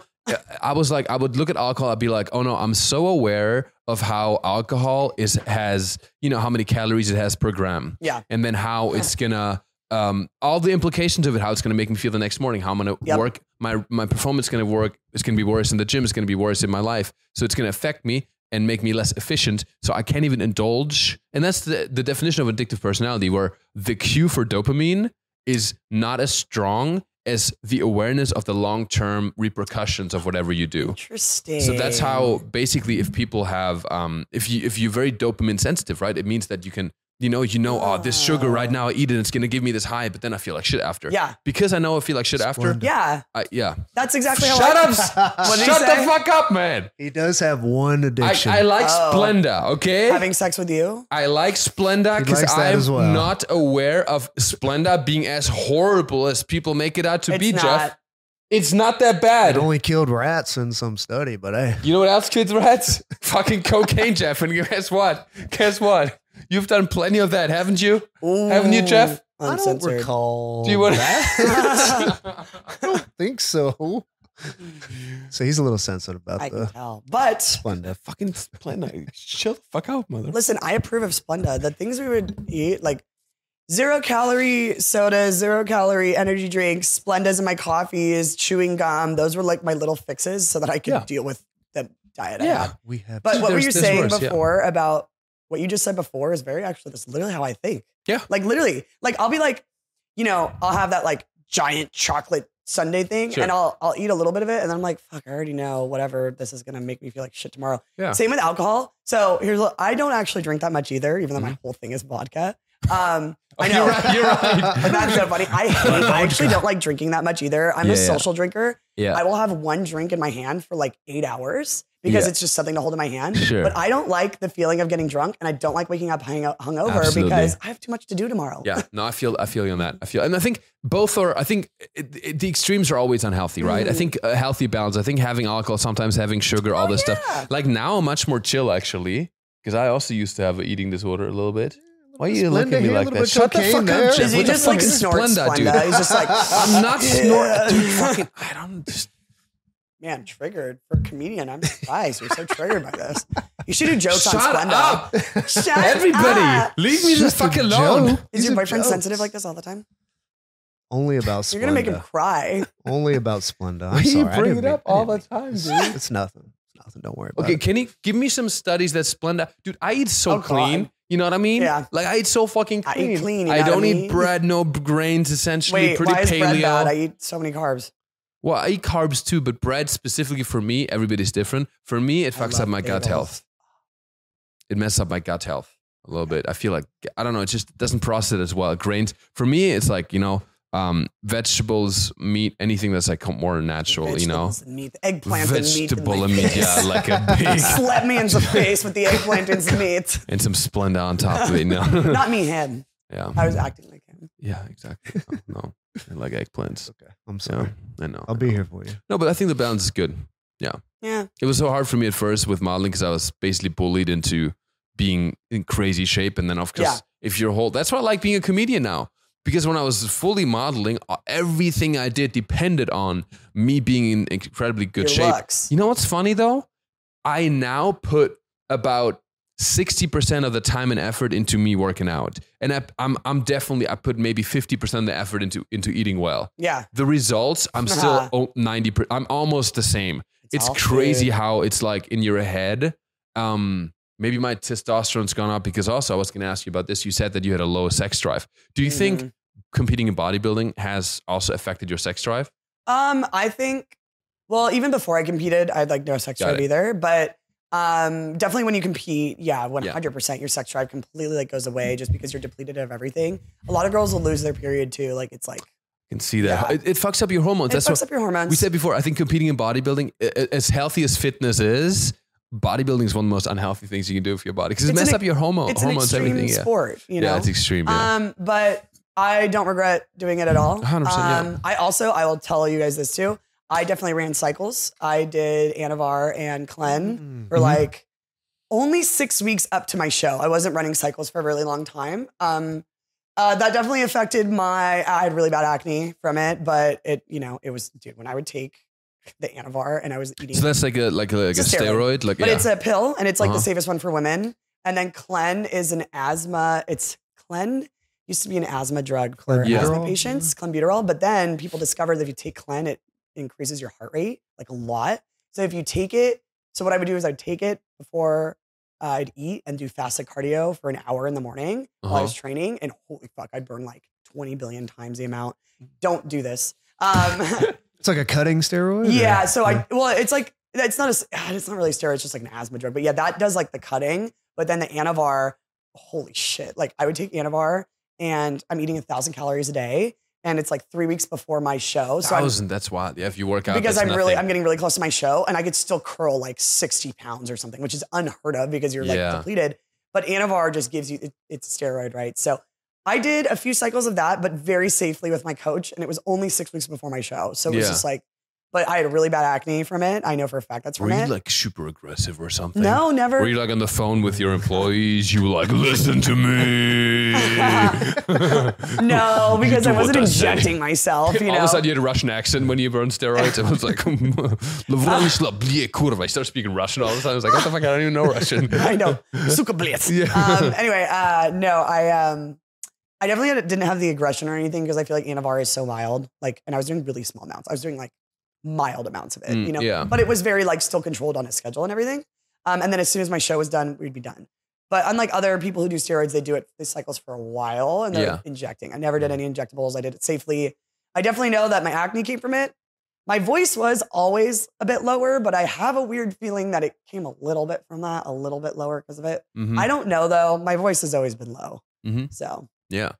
S1: I was like, I would look at alcohol, I'd be like, oh no, I'm so aware of how alcohol is has, you know, how many calories it has per gram,
S3: Yeah.
S1: and then how it's gonna. Um, all the implications of it, how it's going to make me feel the next morning, how I'm going to
S3: Yep.
S1: work, my my performance going to work, it's going to be worse in the gym, it's going to be worse in my life, so it's going to affect me and make me less efficient. So I can't even indulge, and that's the the definition of addictive personality, where the cue for dopamine is not as strong as the awareness of the long term repercussions of whatever you do.
S3: Interesting.
S1: So that's how basically, if people have, um, if you if you're very dopamine sensitive, right, it means that you can, you know, you know, oh, this sugar right now, I eat it, it's gonna give me this high, but then I feel like shit after.
S3: Yeah,
S1: Because I know I feel like shit after.
S2: Splendid.
S3: yeah.
S1: I, yeah.
S3: That's exactly how.
S1: Shut
S3: I,
S1: up! s-
S3: What'd he
S1: Shut the
S3: say?
S1: fuck up, man.
S2: he does have one
S1: I,
S2: addiction.
S1: I like
S3: Oh.
S1: Splenda, okay?
S3: Having sex with you.
S1: I like Splenda
S2: He
S1: because
S2: likes that
S1: I'm
S2: as well.
S1: not aware of Splenda being as horrible as people make it out to
S3: It's
S1: be,
S3: not.
S1: Jeff. It's not that
S2: it
S1: bad.
S2: only killed rats in some study, but I.
S1: You know what else kids rats? Fucking cocaine, Jeff. And guess what? Guess what? You've done plenty of that, haven't you? Haven't you, Jeff?
S3: Ooh,
S2: I don't
S3: Uncensored.
S2: recall.
S1: Do you want
S2: that.
S1: to?
S2: I don't think so. So he's a little sensitive about
S3: I can
S2: the
S3: tell. But
S2: fun stuff.
S1: Fucking Splenda. Shut the fuck up, mother.
S3: listen, I approve of Splenda. The things we would eat, like zero calorie sodas, zero calorie energy drinks, Splendas in my coffees, chewing gum. Those were like my little fixes so that I could
S1: Yeah.
S3: deal with the diet. I
S1: Yeah.
S3: had.
S2: We have.
S3: But what were
S1: There's-
S3: you
S1: there's
S3: saying
S1: worse, yeah.
S3: before about what you just said before is very actually that's literally how I think.
S1: Yeah.
S3: Like literally, like I'll be like, you know, I'll have that like giant chocolate sundae thing
S1: Sure.
S3: and I'll I'll eat a little bit of it and I'm like, fuck, I already know whatever this is gonna make me feel like shit tomorrow.
S1: Yeah.
S3: Same with alcohol. So here's what I don't actually drink that much either, even though
S1: Mm-hmm.
S3: my whole thing is vodka. Um I know.
S1: You're right. You're
S3: But that's
S1: right.
S3: so funny. I hate, I actually don't like drinking that much either. I'm
S1: Yeah,
S3: a
S1: yeah.
S3: social drinker.
S1: yeah.
S3: I will have one drink in my hand for like eight hours because
S1: Yeah.
S3: it's just something to hold in my hand.
S1: Sure.
S3: But I don't like the feeling of getting drunk and I don't like waking up hung- hungover
S1: Absolutely.
S3: because I have too much to do tomorrow.
S1: Yeah, no, I feel I feel you on that. I feel, and I think both are. I think it, it, the extremes are always unhealthy, right? I think a healthy balance. I think having alcohol, sometimes having sugar, all this
S3: yeah.
S1: stuff. Like now, I'm much more chill actually, because I also used to have an eating disorder a little bit. Why are you
S2: Splenda
S1: looking at me
S2: here, a
S1: like
S2: little
S1: that?
S2: bit
S1: Shut the
S2: cocaine
S1: fuck
S2: there.
S1: up, Jeff.
S3: Does he
S1: What the
S3: just
S1: fuck
S3: like
S1: is
S3: snort Splenda? He's just like,
S1: I'm not
S3: Yeah.
S1: snorting. Dude, fucking, I don't. Just,
S3: Man, triggered for a comedian. I'm surprised you're so triggered by this. You should do jokes
S1: shut
S3: on Splenda.
S1: up,
S3: Shut
S1: everybody!
S3: up.
S1: Leave me the
S2: Just a
S1: fuck alone.
S2: joke.
S3: Is
S2: He's
S3: your
S2: a
S3: boyfriend
S2: joke.
S3: sensitive like this all the time?
S2: Only about Splenda.
S3: You're gonna make him cry.
S2: Only about Splenda.
S1: Why
S2: I'm
S1: do you
S2: sorry. I
S1: bring
S2: didn't
S1: it
S2: mean-
S1: up all
S2: I
S1: the
S2: didn't
S1: time,
S2: mean-
S1: dude?
S2: It's nothing. It's nothing. Don't worry about
S1: Okay,
S2: it.
S1: can you give me some studies that Splenda? Dude, I eat so
S3: Oh, God.
S1: clean. You know what I mean?
S3: Yeah.
S1: Like I eat so fucking
S3: I eat
S1: clean.
S3: clean, you
S1: I
S3: know what I
S1: don't
S3: mean?
S1: eat bread, no b- grains. Essentially,
S3: Wait,
S1: pretty
S3: why is
S1: paleo.
S3: bread bad? I eat so many carbs.
S1: well, I eat carbs too, but bread specifically for me, everybody's different. For me, it
S3: I
S1: fucks
S3: love
S1: up my gut
S3: bagels.
S1: health. It messes up my gut health a little bit. I feel like I don't know. It just doesn't process it as well. Grains for me, it's like you know, um, vegetables, meat, anything that's like more natural. you know,
S3: Vegetables and meat, eggplant
S1: vegetable
S3: and
S1: and
S3: meat.
S1: meat, yeah, like a big
S3: Slap me in the face with the eggplant and some meat.
S1: and some Splenda on top of it. You know?
S3: Not me, him.
S1: yeah.
S3: I was acting like him.
S1: Yeah, exactly. Oh, no, I like eggplants.
S2: Okay. I'm
S1: So
S2: sorry.
S1: I know.
S2: I'll be here for you.
S1: No, but I think the balance is good.
S3: Yeah.
S1: It was so hard for me at first with modeling because I was basically bullied into being in crazy shape, and then of course,
S3: Yeah.
S1: if you're whole, that's why I like being a comedian now. Because when I was fully modeling, uh, everything I did depended on me being in incredibly good
S3: your
S1: shape.
S3: looks.
S1: You know what's funny though? I now put about 60% of the time and effort into me working out. And I, I'm, I'm definitely, I put maybe 50% of the effort into, into eating well.
S3: Yeah.
S1: The results, I'm still o- 90%, I'm almost the same. It's
S3: all
S1: crazy
S3: food.
S1: how it's like in your head. Um, maybe my testosterone's gone up because also I was going to ask you about this. You said that you had a low sex drive. Do you think
S3: Mm-hmm.
S1: competing in bodybuilding has also affected your sex drive?
S3: Um, I think, well, even before I competed, I had like no sex
S1: Got
S3: drive
S1: it.
S3: either. But um, definitely when you compete, yeah, 100% your sex drive completely like goes away just because you're depleted of everything. A lot of girls will lose their period too. Like it's like,
S1: I can see that.
S3: Yeah.
S1: It, it fucks up your hormones.
S3: it
S1: That's
S3: fucks
S1: what
S3: up your hormones.
S1: we said before. I think competing in bodybuilding, a- a- as healthy as fitness is, bodybuilding is one of the most unhealthy things you can do for your body because it
S3: It's an
S1: messes
S3: ex-
S1: up your homo-
S3: it's an
S1: hormones,
S3: extreme
S1: everything. Yeah.
S3: sport, you know?
S1: yeah, it's extreme. Yeah.
S3: Um, but I don't regret doing it at all.
S1: 100%, yeah.
S3: Um, I also, I will tell you guys this too. I definitely ran cycles. I did Anavar and
S1: Mm-hmm.
S3: Clen
S2: Hmm.
S3: for like only six weeks up to my show. I wasn't running cycles for a really long time. Um, uh, that definitely affected my. I had really bad acne from it, but it, you know, it was dude when I would take the Anavar and I was eating.
S1: so that's like a like a, like a
S3: Um, It's a
S1: steroid.
S3: steroid.
S1: Like
S3: But
S1: yeah.
S3: it's a pill and it's like
S1: Uh-huh.
S3: the safest one for women. And then Clen is an asthma, it's Clen used to be an asthma drug for asthma
S2: Clenbuterol?
S3: patients, Clenbuterol. But then people discovered that if you take Clen, it increases your heart rate like a lot. So if you take it, so what I would do is I'd take it before uh, I'd eat and do fasted cardio for an hour in the morning while I
S1: Uh-huh.
S3: was training. And holy fuck, I'd burn like 20 billion times the amount. Don't do this. Um,
S2: It's like a cutting steroid. or-
S3: yeah. So I well, it's like it's not a s- it's not really a steroid. It's just like an asthma drug. But yeah, that does like the cutting. But then the Anavar, holy shit! Like I would take Anavar, and I'm eating a thousand calories a day, and it's like three weeks before my show. So I'm,
S1: thousand. that's wild. Yeah, if you work out
S3: because
S1: that's
S3: I'm really I'm
S1: nothing.
S3: getting really close to my show, and I could still curl like 60 pounds or something, which is unheard of because you're
S1: Yeah.
S3: like depleted. But Anavar just gives you it, it's a steroid, right? So. I did a few cycles of that, but very safely with my coach. And it was only six weeks before my show. So it was
S1: Yeah.
S3: just like, but I had really bad acne from it. I know for a fact that's from
S1: Were you
S3: it.
S1: like super aggressive or something?
S3: no,
S1: Were
S3: never.
S1: you like on the phone with your employees? You were like, listen to me.
S3: no, because
S1: do
S3: I
S1: what
S3: wasn't
S1: I say.
S3: injecting myself, you know.
S1: All of a sudden, you had a Russian accent when you burned steroids. It was like, Lvronisla blie kurva. I started speaking Russian all of a sudden. I was like, what the fuck? I don't even know Russian.
S3: I know. Suka blitz. Um, anyway, uh, no, I um, I definitely had, didn't have the aggression or anything because I feel like Anavar is so mild. Like, and I was doing really small amounts. I was doing like mild amounts of it,
S1: Mm,
S3: you know.
S1: yeah.
S3: But it was very like still controlled on a schedule and everything. Um, and then as soon as my show was done, we'd be done. But unlike other people who do steroids, they do it they cycles for a while and they're
S1: Yeah. Mm.
S3: injecting. I never did any injectables. I did it safely. I definitely know that my acne came from it. My voice was always a bit lower, but I have a weird feeling that it came a little bit from that, a little bit lower because of it.
S1: Mhm.
S3: I don't know though. My voice has always been low.
S1: Mhm.
S3: So
S1: yeah.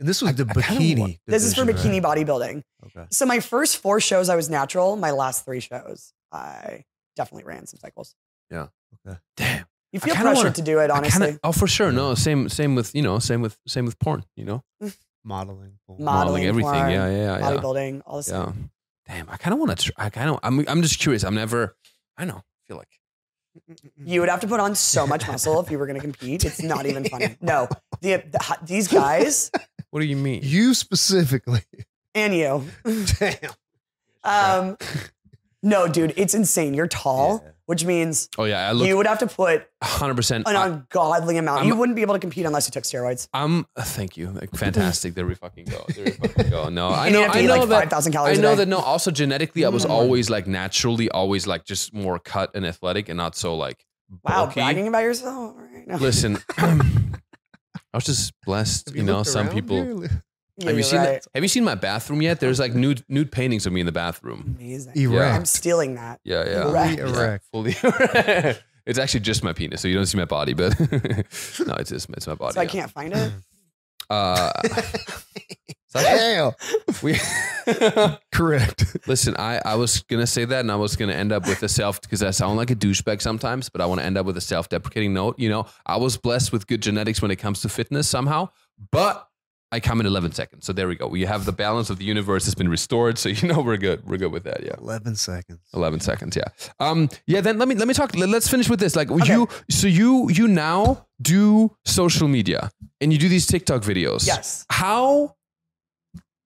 S2: And this was the
S1: I kinda
S2: bikini.
S1: want-
S3: this is for
S2: division,
S3: bikini bodybuilding.
S2: right? Okay.
S3: So my first four shows, I was natural. My last three shows, I definitely ran some cycles.
S1: Damn.
S3: You
S1: I
S3: feel
S1: kinda
S3: pressured
S1: wanna-
S3: to do it,
S1: I
S3: honestly.
S1: kinda- oh, for sure. No, same, same with, you know, same with, same with porn, you know,
S2: Modeling.
S3: Model. Modeling
S1: everything.
S3: porn,
S1: yeah, Oh, yeah, yeah.
S3: bodybuilding, all this.
S1: Yeah. Damn, I kind of want to. Tr- I kind of. I'm. I'm just curious. I'm never. I don't know. I feel like.
S3: You would have to put on so much muscle if you were going to compete. It's not even funny. No, the, the, these guys
S1: What do you mean?
S2: You specifically.
S3: and you.
S2: Damn.
S3: Um, no, dude, it's insane. You're tall, which means
S1: oh yeah, I
S3: you Oh,
S1: look
S3: would have to put
S1: 100. percent
S3: an ungodly amount.
S1: I'm-
S3: you wouldn't be able to compete unless you took steroids.
S1: I'm. uh, Thank you. Like, fantastic. There we fucking go. There we fucking go. No, I
S3: And
S1: know.
S3: you'd have to
S1: I
S3: eat
S1: know
S3: like
S1: that.
S3: 5,000
S1: I
S3: calories a
S1: know
S3: day.
S1: that. No, also genetically, I was
S3: Mm.
S1: always like naturally, always like just more cut and athletic, and not so like
S3: Wow,
S1: bulky.
S3: bragging about yourself right now.
S1: Listen, I was just blessed. You, know, some people.
S3: Yeah,
S1: Have you
S3: you're
S1: seen?
S3: right.
S1: That, have you seen my bathroom yet? There's like nude nude paintings of me in the bathroom.
S3: Amazing.
S1: Yeah.
S3: I'm
S2: Erect.
S3: stealing that.
S1: Yeah, yeah.
S3: Erect.
S1: Yeah,
S2: Erect.
S1: fully erect. It's actually just my penis, so you don't see my body, but no, it's just, it's my body.
S3: So I
S1: yeah.
S3: can't find it.
S1: Uh, so I-
S2: Damn.
S1: Uh, we,
S2: Correct.
S1: listen, I, I was gonna say that, and I was gonna end up with a self because I sound like a douchebag sometimes, but I want to end up with a self-deprecating note. You know, I was blessed with good genetics when it comes to fitness somehow, but I come in 11 seconds. So there we go. We have the balance of the universe has been restored. So you know we're good. We're good with that. Yeah.
S2: 11 seconds.
S1: 11 seconds yeah um yeah then let me let me talk let- let's finish with this like
S3: Okay.
S1: you so you you now do social media and you do these tiktok videos
S3: Yes.
S1: how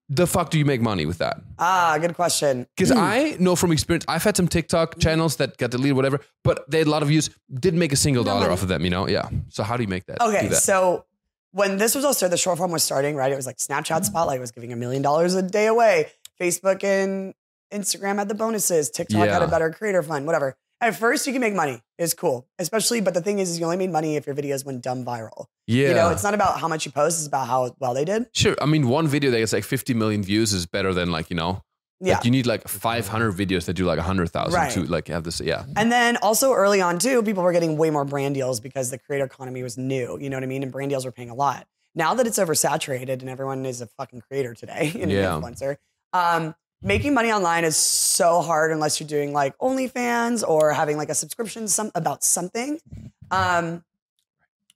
S1: the fuck do you make money with that
S3: Ah, good question.
S1: because i know from experience i've had some
S3: Hmm.
S1: tiktok channels that got deleted whatever but they had a lot of views didn't make a single
S3: No
S1: dollar
S3: money.
S1: off of them you know yeah so how do you make that do
S3: Okay,
S1: that?
S3: so when this was also the short form was starting, right? It was like
S1: Mm-hmm.
S3: Snapchat Spotlight was giving a million dollars a day away. Facebook and Instagram had the bonuses. TikTok had
S1: Yeah.
S3: a better creator fund, whatever. At first, you can make money. is cool. Especially, but the thing is, is you only made money if your videos went dumb viral.
S1: Yeah.
S3: You know, it's not about how much you post; it's about how well they did.
S1: Sure. I mean, one video that gets like 50 million views is better than like, you know,
S3: Yeah.
S1: like you need like 500 videos that do like 100,000
S3: Right.
S1: to like have this. Yeah.
S3: And then also early on too, people were getting way more brand deals because the creator economy was new. You know what I mean? And brand deals were paying a lot. Now that it's oversaturated and everyone is a fucking creator today and
S1: Yeah.
S3: an influencer, um, making money online is so hard unless you're doing like OnlyFans or having like a subscription some about something. Um,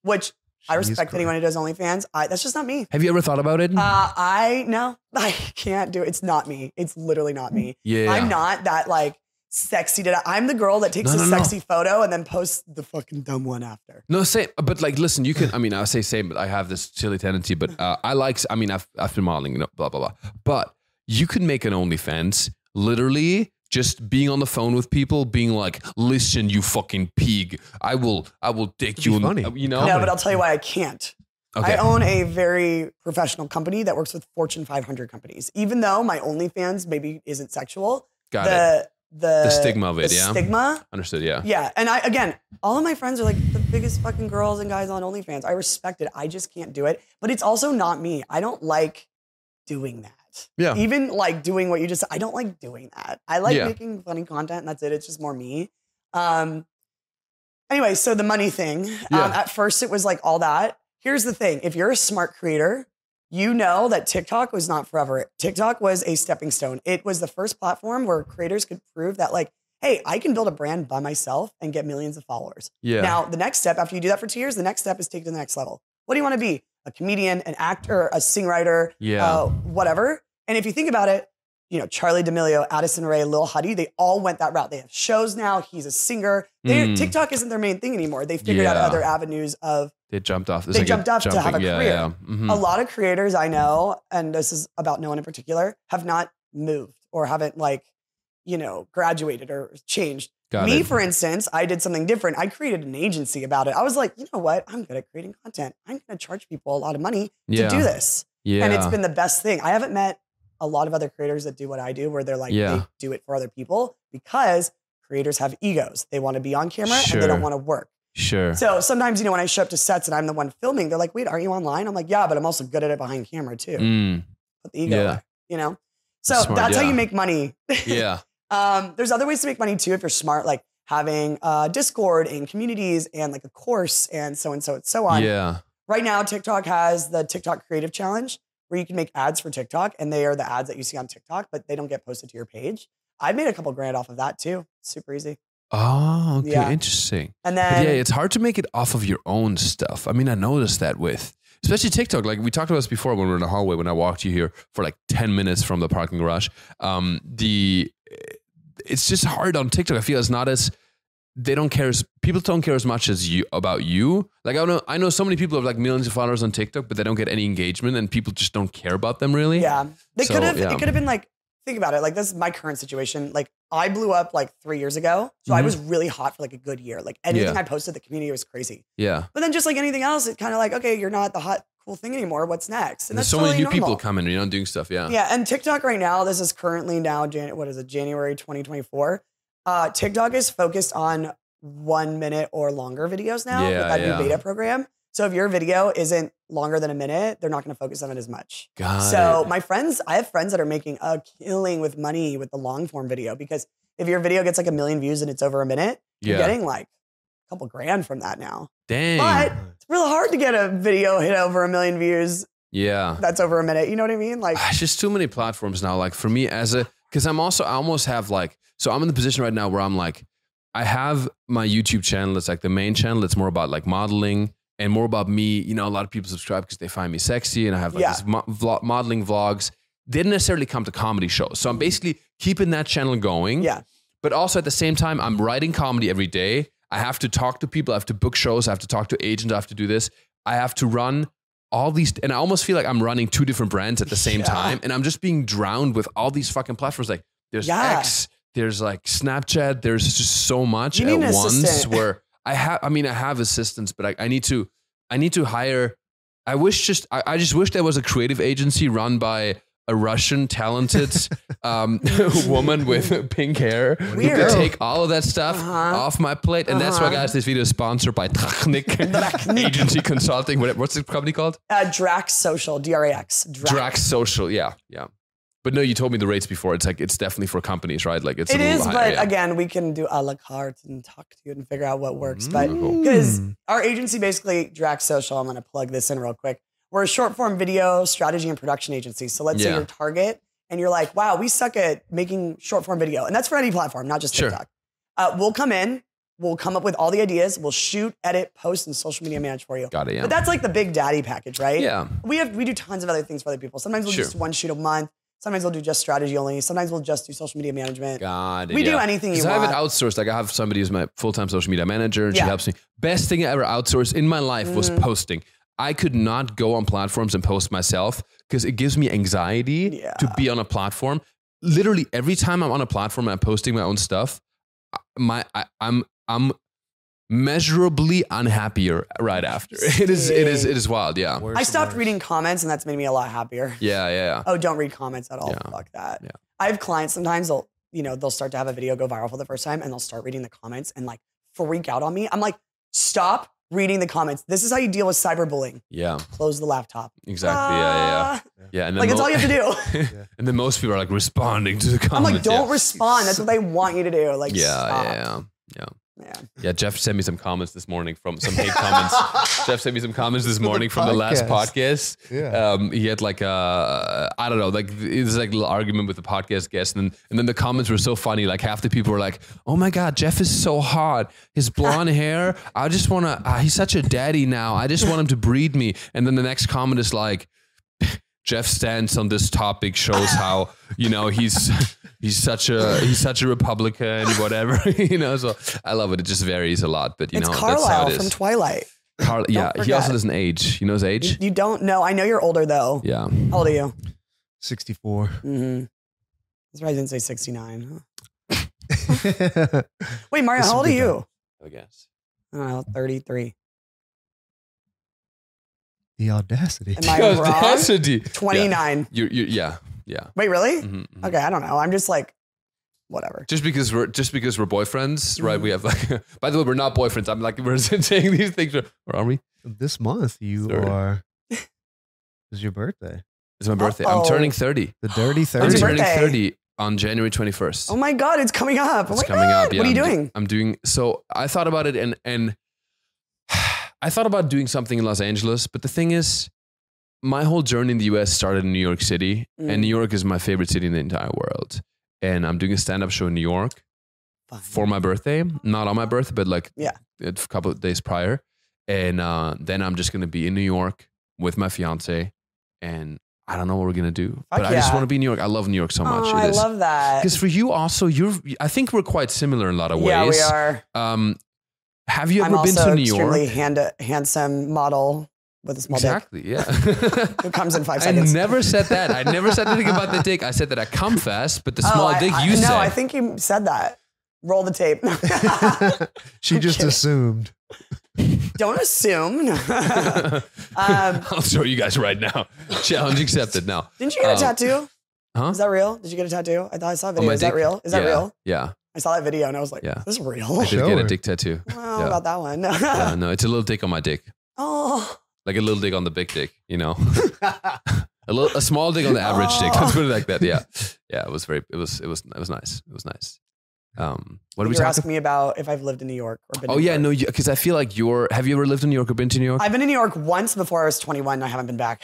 S3: which I respect anyone who does OnlyFans. I, that's just not me.
S1: Have you ever thought about it?
S3: Uh, I no, I can't do it. It's not me. It's literally not me.
S1: yeah.
S3: I'm not that like sexy. Did I, I'm the girl that takes
S1: No,
S3: a
S1: no, no.
S3: sexy photo and then posts the fucking dumb one after.
S1: No, same. But like, listen, you can. I mean, I say same, but I have this silly tendency. But uh, I like. I mean, I've I've been modeling, you know, blah blah blah. But you can make an OnlyFans literally just being on the phone with people, being like, "Listen, you fucking pig, I will, I will take
S2: It'd
S1: you."
S2: be
S1: in-" uh,
S2: funny.
S1: You know?
S3: No, but I'll tell you why I can't.
S1: okay.
S3: I own a very professional company that works with Fortune 500 companies. Even though my OnlyFans maybe isn't sexual,
S1: Got it.
S3: the, the
S1: The stigma of it.
S3: the
S1: Yeah.
S3: stigma.
S1: Understood. Yeah.
S3: Yeah, and I again, all of my friends are like the biggest fucking girls and guys on OnlyFans. I respect it. I just can't do it. But it's also not me. I don't like doing that.
S1: Yeah.
S3: Even like doing what you just I don't like doing that. I like
S1: Yeah.
S3: making funny content and that's it. It's just more me. Um anyway, so the money thing.
S1: Yeah.
S3: Um, at first it was like all that. Here's the thing. If you're a smart creator, you know that TikTok was not forever. TikTok was a stepping stone. It was the first platform where creators could prove that like, hey, I can build a brand by myself and get millions of followers.
S1: Yeah.
S3: Now, the next step after you do that for two years, the next step is take it to the next level. What do you want to be? A comedian, an actor, a songwriter,
S1: Yeah.
S3: uh, whatever. And if you think about it, you know Charlie D'Amelio, Addison Ray, Lil Huddy, they all went that route. They have shows now. He's a singer. They,
S1: Mm.
S3: TikTok isn't their main thing anymore. They figured out
S1: Yeah.
S3: other avenues of
S1: they jumped off. It's
S3: they
S1: a
S3: jumped off to have a
S1: yeah,
S3: career.
S1: Yeah. Mhm.
S3: a lot of creators I know, and this is about no one in particular, have not moved or haven't like, you know, graduated or changed.
S1: Got
S3: Me,
S1: it.
S3: for instance, I did something different. I created an agency about it. I was like, you know what? I'm good at creating content. I'm going to charge people a lot of money
S1: yeah.
S3: to do this.
S1: Yeah.
S3: And it's been the best thing. I haven't met a lot of other creators that do what I do, where they're like,
S1: Yeah.
S3: they do it for other people because creators have egos. They want to be on camera and they
S1: Sure.
S3: don't want to work.
S1: sure.
S3: So sometimes, you know, when I show up to sets and I'm the one filming, they're like, wait, aren't you online? I'm like, yeah, but I'm also good at it behind camera too.
S1: Mm.
S3: Put the ego,
S1: yeah.
S3: there, you know? So
S1: Smart,
S3: that's how
S1: yeah.
S3: you make money.
S1: Yeah.
S3: Um, there's other ways to make money too if you're smart, like having uh, Discord and communities and like a course and so and so and so on.
S1: Yeah.
S3: Right now, TikTok has the TikTok Creative Challenge where you can make ads for TikTok and they are the ads that you see on TikTok, but they don't get posted to your page. I've made a couple grand off of that too. Super easy.
S1: Oh, okay.
S3: Yeah.
S1: Interesting. But
S3: And then
S1: yeah, it's hard to make it off of your own stuff. I mean, I noticed that with especially TikTok. Like we talked about this before when we were in the hallway when I walked you here for like ten minutes from the parking garage. Um, the it's just hard on TikTok. I feel it's not as they don't care as people don't care as much as you about you. Like I know I know so many people have like millions of followers on TikTok, but they don't get any engagement, and people just don't care about them really.
S3: Yeah. They
S1: So,
S3: could have
S1: yeah.
S3: it could have been like think about it. Like this is my current situation. Like I blew up like 3 years ago. So I
S1: Mhm.
S3: was really hot for like a good year. Like anything
S1: Yeah.
S3: I posted the community was crazy.
S1: yeah.
S3: But then just like anything else it kind of like okay, you're not the hot cool thing anymore. What's next?
S1: And there's so
S3: totally
S1: many new people
S3: normal.
S1: coming, you know, doing stuff. Yeah.
S3: Yeah, and TikTok right now, this is currently now Jan- what is it? January 2024. Uh TikTok is focused on 1 minute or longer videos now
S1: Yeah,
S3: with that
S1: yeah.
S3: new beta program. So if your video isn't longer than a minute, they're not going to focus on it as much.
S1: Got
S3: So
S1: it.
S3: my friends, I have friends that are making a killing with money with the long form video because if your video gets like a million views and it's over a minute,
S1: yeah.
S3: you're getting like a couple grand from that now.
S1: Dang.
S3: But it's real hard to get a video hit over a million views
S1: yeah.
S3: that's over a minute. You know what I mean? Like,
S1: it's just too many platforms now. Like for me, as a because I'm also I almost have like so I'm in the position right now where I'm like I have my YouTube channel. It's like the main channel. It's more about like modeling and more about me. You know, a lot of people subscribe because they find me sexy, and I have like
S3: Yeah.
S1: these mo- vlog, modeling vlogs. They didn't necessarily come to comedy shows, so I'm basically keeping that channel going.
S3: Yeah.
S1: But also at the same time, I'm writing comedy every day. I have to talk to people. I have to book shows. I have to talk to agents. I have to do this. I have to run all these, and I almost feel like I'm running two different brands at the same
S3: Yeah.
S1: time, and I'm just being drowned with all these fucking platforms. Like there's
S3: Yeah.
S1: X, there's like Snapchat. There's just so much
S3: You need
S1: at
S3: an
S1: once.
S3: assistant.
S1: Where I have, I mean, I have assistants, but I, I need to, I need to hire. I wish just, I, I just wish there was a creative agency run by a Russian talented um, woman with pink hair who could
S3: Weird.
S1: take all of that stuff
S3: Uh-huh.
S1: off my plate. And that's why,
S3: Uh-huh.
S1: guys, this video is sponsored by Drachnik
S3: Drachnik.
S1: Agency Consulting. What- What's the company called?
S3: Uh, Drax Social, D R A X. Drax.
S1: Drax Social. Yeah, yeah. But no, you told me the rates before. It's like it's definitely for companies, right? Like it's a
S3: It
S1: little
S3: is,
S1: higher,
S3: but
S1: yeah.
S3: again, we can do a la carte and talk to you and figure out what works. But
S1: Mm.
S3: because
S2: Hmm.
S3: our agency basically Drax Social, I'm going to plug this in real quick. We're a short form video strategy and production agency. So let's say
S1: Yeah.
S3: you're Target and you're like, wow, we suck at making short form video, and that's for any platform, not just
S1: Sure.
S3: TikTok. Uh, we'll come in, we'll come up with all the ideas, we'll shoot, edit, post, and social media manage for you.
S1: got it. Yeah,
S3: But that's like the big daddy package, right?
S1: yeah.
S3: we have we do tons of other things for other people. Sometimes we'll do
S1: Sure.
S3: just one shoot a month. Sometimes we'll do just strategy only. Sometimes we'll just do social media management.
S1: God,
S3: We do anything you
S1: I have it
S3: want.
S1: outsourced. Like I have somebody who's my full-time social media manager, and she
S3: Yeah. Mm.
S1: helps me. Best thing I ever outsourced in my life was posting. I could not go on platforms and post myself because it gives me anxiety
S3: Yeah.
S1: to be on a platform. Literally every time I'm on a platform and I'm posting my own stuff, I- my I, I'm I'm measurably unhappier right after. It is it is it is wild. Yeah,
S2: Worse
S3: I
S2: and
S3: stopped
S2: worse.
S3: reading comments, and that's made me a lot happier.
S1: yeah, yeah. yeah.
S3: Oh, don't read comments at all.
S1: Yeah.
S3: Fuck that.
S1: Yeah.
S3: I have clients sometimes they'll you know they'll start to have a video go viral for the first time, and they'll start reading the comments and like freak out on me. I'm like, stop reading the comments. This is how you deal with cyberbullying.
S1: Yeah,
S3: Close the laptop.
S1: exactly. Yeah, yeah, yeah.
S3: Ah.
S1: yeah and then
S3: Like it's
S1: mo-
S3: all you have to do.
S1: and then most people are like responding to the
S3: I'm
S1: comments.
S3: like, don't
S1: yeah.
S3: respond. That's what they want you to do. Like,
S1: yeah,
S3: stop.
S1: yeah, yeah,
S3: yeah.
S1: yeah. Jeff sent me some comments this morning from some hate comments. Jeff sent me some comments this morning from the last podcast.
S2: Yeah.
S1: Um, he had like a, I don't know, like it's like a little argument with the podcast guest, and and then the comments were so funny. Like half the people were like, "Oh my god, Jeff is so hot. His blonde hair. I just wanna. Uh, he's such a daddy now. I just want him to breed me." And then the next comment is like. Jeff's stance on this topic shows how you know he's he's such a he's such a Republican, whatever you know. So I love it. It just varies a lot, but you
S3: it's
S1: know that's how
S3: Carlisle
S1: it
S3: from
S1: is.
S3: Twilight.
S1: Carl- yeah, he
S3: forget.
S1: also doesn't age. He knows age.
S3: You don't know. I know you're older though.
S1: Yeah,
S3: How old are you?
S2: 64.
S3: Mm-hmm. That's why I didn't say 69. huh?
S2: yeah.
S3: Wait, Mario,
S2: This
S3: how
S2: would
S3: old are
S2: be
S3: you?
S1: I guess.
S3: I don't know, 33.
S2: The audacity.
S3: Am I wrong? 29.
S1: You, you, yeah, yeah.
S3: Wait, really?
S1: Mhm, mhm.
S3: Okay, I don't know. I'm just like, whatever.
S1: Just because we're just because we're boyfriends, right?
S3: Mm-hmm.
S1: We have like. By the way, we're not boyfriends. I'm like we're saying these things. Or are we?
S2: This month you
S1: Thirty.
S2: are. Is your birthday
S1: It's my birthday. I'm
S3: Uh-oh.
S1: turning thirty.
S2: the dirty
S1: I'm
S3: When's
S2: thirty?
S3: your
S1: turning
S3: birthday?
S1: thirty on January twenty first.
S3: Oh my God, it's coming up. Oh
S1: It's
S3: my
S1: coming
S3: God.
S1: up. Yeah,
S3: what are you
S1: I'm do-
S3: doing?
S1: I'm doing. So I thought about it, and and I thought about doing something in Los Angeles, but the thing is, my whole journey in the U.S. started in New York City,
S3: Mm.
S1: and New York is my favorite city in the entire world. And I'm doing a stand-up show in New York
S3: Fine.
S1: for my birthday, not on my birthday, but like
S3: Yeah.
S1: a couple of days prior. And uh, then I'm just gonna be in New York with my fiance, and I don't know what we're gonna do, but I just
S3: yeah.
S1: want to be in New York. I love New York so much.
S3: Oh,
S1: It
S3: I
S1: is-
S3: love that.
S1: because for you also, you're. I think we're quite similar in a lot of ways.
S3: Yeah, we are.
S1: Um, have you
S3: I'm
S1: ever been
S3: also
S1: to New
S3: extremely
S1: York?
S3: hand- handsome model with a small
S1: Exactly. Yeah.
S3: dick who comes in five
S1: I
S3: seconds.
S1: never said that. I never said anything about the dick. I said that I come fast, but the small
S3: Oh, I-
S1: dick
S3: I,
S1: you
S3: no,
S1: said.
S3: I think you said that. Roll the tape.
S2: she just
S3: kidding.
S2: assumed.
S3: Don't assume. um,
S1: I'll show you guys right now. Challenge accepted. Now,
S3: didn't you get a
S1: Um,
S3: tattoo?
S1: huh?
S3: Is that real? Did you get a tattoo? I thought I saw a
S1: On
S3: video.
S1: my
S3: Is that
S1: dick?
S3: real? Is that
S1: yeah,
S3: real?
S1: Yeah,
S3: I saw that video and I was like,
S1: Yeah.
S3: this is real.
S1: I did
S2: Show
S1: get a
S2: her.
S1: dick tattoo.
S3: Well,
S1: Yeah.
S3: about that one.
S1: Yeah, no, it's a little dick on my dick,
S3: oh,
S1: like a little dick on the big dick. You know, a little, a small dick on the average dick. Let's put it like that. Yeah, yeah. It was very. It was. It was. It was nice. It was nice. Um, what are we
S3: you were
S1: talking?
S3: asking me about if I've lived in New York or been.
S1: Oh
S3: to New
S1: yeah,
S3: York.
S1: no, because I feel like you're. Have you ever lived in New York or been to New York?
S3: I've been in New York once before I was 21. and I haven't been back.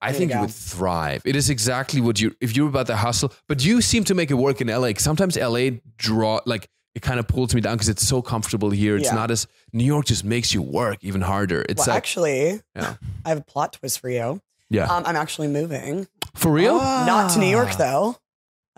S1: I
S3: There you
S1: think you
S3: go.
S1: would thrive. It is exactly what you. If you're about the hustle, but you seem to make it work in LA. Sometimes LA draw like it kind of pulls me down because it's so comfortable here. It's
S3: Yeah.
S1: not as New York just makes you work even harder. It's
S3: well,
S1: like
S3: actually,
S1: Yeah.
S3: I have a plot twist for you.
S1: yeah,
S3: Um, I'm actually moving. Ah.
S1: for real. Ah.
S3: Not to New York though.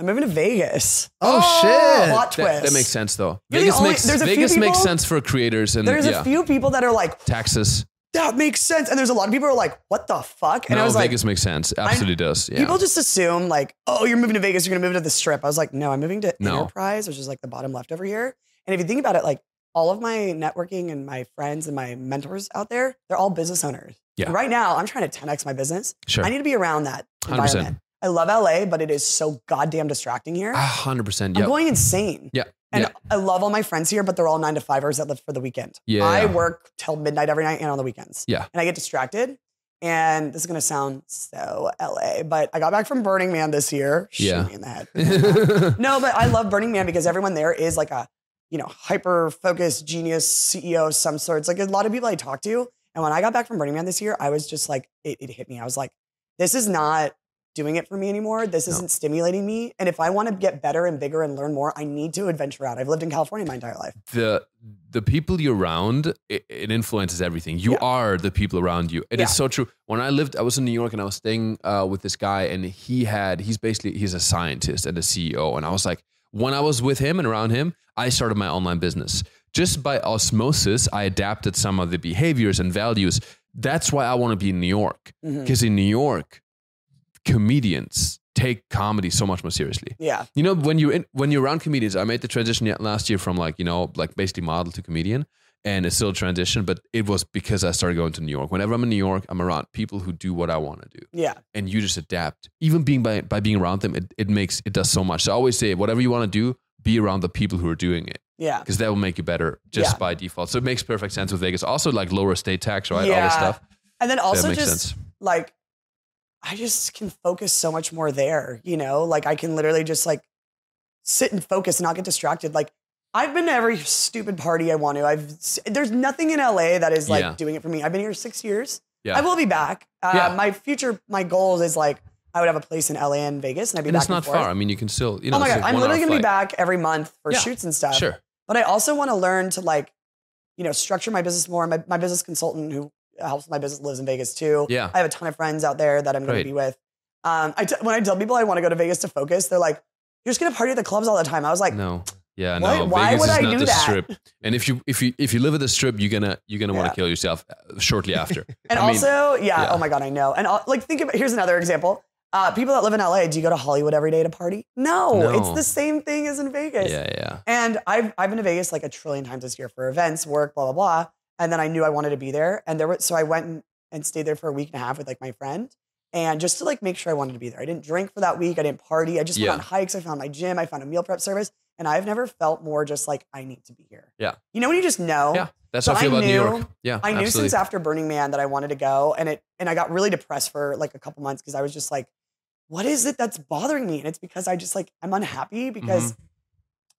S3: I'm moving to Vegas. Ah,
S2: Oh, shit!
S3: Plot
S1: That,
S3: twist.
S1: that makes sense though.
S3: You're the
S1: Vegas
S3: only-
S1: makes
S3: there's a few
S1: Vegas makes
S3: people-
S1: sense for creators and
S3: There's
S1: yeah,
S3: a few people that are like,
S1: taxes.
S3: that makes sense. And there's a lot of people who are like, what the fuck? And
S1: no,
S3: I was like,
S1: Vegas makes sense. Absolutely does. Yeah.
S3: people just assume like, oh, you're moving to Vegas, you're gonna move to the strip. I was like, no, I'm moving to
S1: No.
S3: Enterprise, which is like the bottom left over here. And if you think about it, like all of my networking and my friends and my mentors out there, they're all business owners.
S1: Yeah.
S3: And right now, I'm trying to 10x my business.
S1: sure.
S3: I need to be around that
S1: 100%.
S3: environment. I love LA, but it is so goddamn distracting here.
S1: A hundred percent.
S3: I'm
S1: Yeah.
S3: going insane.
S1: Yeah.
S3: And
S1: yeah.
S3: I love all my friends here, but they're all nine to fivers that live for the weekend.
S1: Yeah.
S3: I work till midnight every night and on the weekends.
S1: Yeah.
S3: And I get distracted. And this is gonna sound so LA, but I got back from Burning Man this year. Shoot
S1: Yeah.
S3: me in the head. no, but I love Burning Man because everyone there is like a, you know, hyper focused genius CEO of some sort. It's like a lot of people I talk to. And when I got back from Burning Man this year, I was just like, it, it hit me. I was like, this is not doing it for me anymore. This
S1: No.
S3: isn't stimulating me. And if I want to get better and bigger and learn more, I need to adventure out. I've lived in California my entire life.
S1: the the people you're around it, it influences everything you
S3: Yeah.
S1: are the people around you It is
S3: Yeah.
S1: so true when i lived i was in new york and i was staying uh, with this guy and he had he's basically he's a scientist and a ceo and i was like when i was with him and around him i started my online business just by osmosis i adapted some of the behaviors and values that's why i want to be in new york
S3: Mhm.
S1: because in new york comedians take comedy so much more seriously
S3: Yeah.
S1: you know, when you're in, when you're around comedians, I made the transition yet- last year from like you know like basically model to comedian, and it's still a transition. But it was because I started going to New York. Whenever I'm in New York, I'm around people who do what I want to do,
S3: Yeah.
S1: and you just adapt. Even being by by being around them, it, it makes it does so much. So I always say, whatever you want to do, be around the people who are doing it
S3: Yeah.
S1: because that will make you better just
S3: Yeah.
S1: by default. So it makes perfect sense with Vegas. Also, like lower state tax, right? All
S3: Yeah.
S1: this stuff.
S3: And then also
S1: that makes
S3: just
S1: sense.
S3: like I just can focus so much more there, you know? Like I can literally just like sit and focus and not get distracted. Like I've been to every stupid party I want to. I've there's nothing in LA that is like
S1: Yeah.
S3: doing it for me. I've been here 6 years.
S1: Yeah.
S3: I will be back. Uh,
S1: Yeah.
S3: my future my goal is like I would have a place in LA and Vegas and I'd be
S1: And
S3: back
S1: it's not
S3: and forth.
S1: far. I mean, you can still you know.
S3: oh my
S1: it's
S3: god,
S1: a
S3: I'm
S1: one-hour
S3: literally going to be
S1: flight.
S3: back every month for
S1: Yeah.
S3: shoots and stuff.
S1: Sure.
S3: But I also want to learn to like, you know, structure my business more. My, my business consultant who helps with my business lives in Vegas too.
S1: Yeah.
S3: I have a ton of friends out there that I'm going
S1: Great.
S3: to be with. Um, I t- when I tell people I want to go to Vegas to focus, they're like, "You're just going to party at the clubs all the time." I was like,
S1: No. Yeah,
S3: Why-
S1: no.
S3: why
S1: Vegas
S3: would
S1: is
S3: I
S1: not
S3: do
S1: the
S3: that?
S1: strip. And if you if you if you live at the strip, you're gonna you're gonna want
S3: Yeah.
S1: to kill yourself uh, shortly after.
S3: and
S1: I mean,
S3: also, yeah,
S1: yeah.
S3: oh my god, I know. And I'll, like, think about here's another example. Uh, people that live in LA, do you go to Hollywood every day to party? No,
S1: No.
S3: it's the same thing as in Vegas.
S1: yeah, yeah.
S3: And I've I've been to Vegas like a trillion times this year for events, work, blah blah blah. And then I knew I wanted to be there, and there was so I went and, and stayed there for a week and a half with like my friend, and just to like make sure I wanted to be there. I didn't drink for that week. I didn't party. I just
S1: Yeah.
S3: went on hikes. I found my gym. I found a meal prep service, and I've never felt more just like I need to be here.
S1: Yeah.
S3: You know when you just know.
S1: Yeah. That's
S3: So
S1: how I feel
S3: I
S1: about New
S3: knew-
S1: York. Yeah,
S3: I knew
S1: absolutely.
S3: since after Burning Man that I wanted to go, and it and I got really depressed for like a couple months because I was just like, what is it that's bothering me? And it's because I just like I'm unhappy because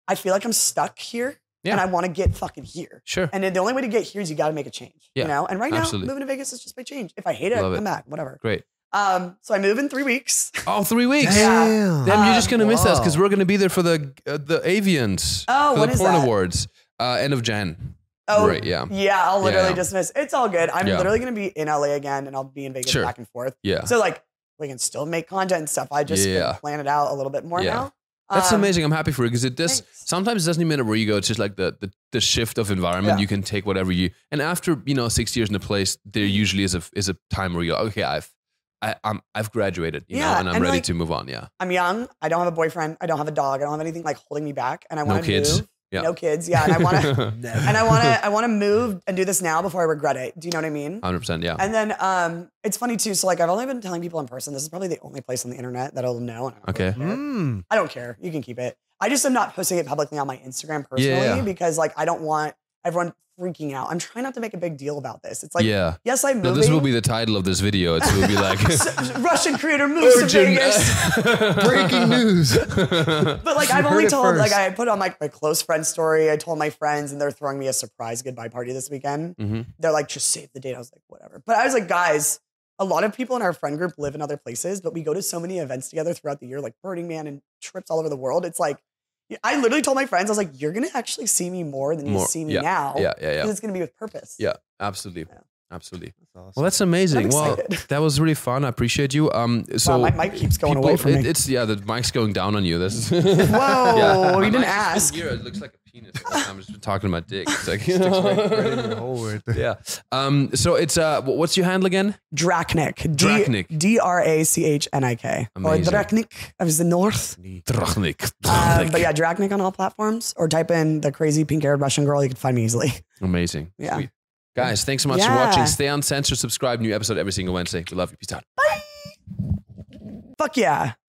S3: I feel like I'm stuck here,
S1: Mm-hmm. Yeah.
S3: and I want to get fucking here.
S1: sure.
S3: And then the only way to get here is you got to make a change,
S1: Yeah,
S3: you know. And right now,
S1: absolutely.
S3: moving to Vegas is just by change. If I hate it,
S1: Love
S3: I
S1: it.
S3: come back, whatever.
S1: Great.
S3: Um, so I move in three weeks.
S1: Oh, three weeks.
S3: Yeah.
S2: Damn.
S1: Damn, you're just
S3: Uh,
S1: gonna miss us because
S2: wow.
S1: we're gonna be there for the uh, the Avians
S3: Oh,
S1: for
S3: when
S1: the
S3: is
S1: porn
S3: that?
S1: awards. Uh, end of Jan.
S3: Oh,
S1: Right, yeah.
S3: yeah. I'll
S1: Yeah,
S3: literally
S1: yeah.
S3: just miss. It's all good. I'm
S1: Yeah.
S3: literally gonna be in LA again, and I'll be in Vegas
S1: Sure.
S3: back and forth.
S1: Yeah.
S3: So like we can still make content and stuff. I just
S1: Yeah.
S3: can plan it out a little bit more
S1: Yeah.
S3: now.
S1: That's
S3: Um,
S1: amazing. I'm happy for you because it does.
S3: thanks.
S1: Sometimes it doesn't even matter where you go. It's just like the the, the shift of environment.
S3: Yeah.
S1: You can take whatever you. And after you know six years in a place, there usually is a is a time where you go, okay, I've I, I'm I've graduated, you know,
S3: Yeah,
S1: and I'm
S3: and
S1: ready
S3: like-
S1: to move on. Yeah,
S3: I'm young. I don't have a boyfriend. I don't have a dog. I don't have anything like holding me back. And I
S1: no
S3: want to
S1: kids.
S3: move. No kids. Yeah. And I want to. and I want to. I want to move and do this now before I regret it. Do you know what I mean?
S1: Hundred percent. Yeah.
S3: And then um, it's funny too. So like I've only been telling people in person. This is probably the only place on the internet that'll know. and I don't
S1: Okay. Hmm?
S3: really care.
S2: Mm.
S3: I don't care. You can keep it. I just am not posting it publicly on my Instagram personally
S1: Yeah.
S3: because like I don't want everyone freaking out. I'm trying not to make a big deal about this. It's like
S1: yeah.
S3: yes, I'm
S1: No,
S3: moving.
S1: this will be the title of this video. It will be like
S3: S- Russian creator moves to Vegas.
S2: Breaking news.
S3: But like I've
S2: Heard
S3: only
S2: it
S3: told like
S2: first.
S3: I put on like my close friend story. I told my friends and they're throwing me a surprise goodbye party this weekend.
S1: Mhm.
S3: They're like, just save the date. I was like, whatever. But I was like, guys, a lot of people in our friend group live in other places, but we go to so many events together throughout the year, like Burning Man and trips all over the world. It's like I literally told my friends, I was like, you're gonna actually see me more than you
S1: More.
S3: see me
S1: Yeah.
S3: now.
S1: Yeah. Yeah.
S3: 'cause
S1: Yeah.
S3: It's gonna be with purpose.
S1: Yeah. Absolutely.
S3: Yeah.
S1: Absolutely. Well,
S2: Well,
S1: that's amazing.
S3: I'm
S1: Well,
S3: excited.
S1: that was really fun. I appreciate you. Um, so
S3: my mic keeps going
S1: people-
S3: away from
S1: it-
S3: me.
S1: It's yeah, the mic's going down on you. This.
S3: Whoa,
S1: My
S3: you
S1: mic
S3: didn't
S1: is
S3: ask.
S1: still Here, it looks like a penis. I'm just talking to my dick. It's like
S2: that's right in your hole right there.
S1: yeah. Um. So it's uh. wh- What's your handle again?
S3: Draknik.
S1: Drachnik.
S3: D R A C H N I K. Or
S1: Amazing.
S3: Draknik. I was the north.
S1: Drachnik.
S3: Uh, but yeah, Draknik on all platforms, or type in the crazy pink haired Russian girl. You can find me easily.
S1: Amazing.
S3: Yeah.
S1: Sweet. Guys, thanks so much for
S3: Yeah.
S1: watching. Stay on censor. Subscribe. New episode every single Wednesday. We love you. Peace out.
S3: Fuck yeah.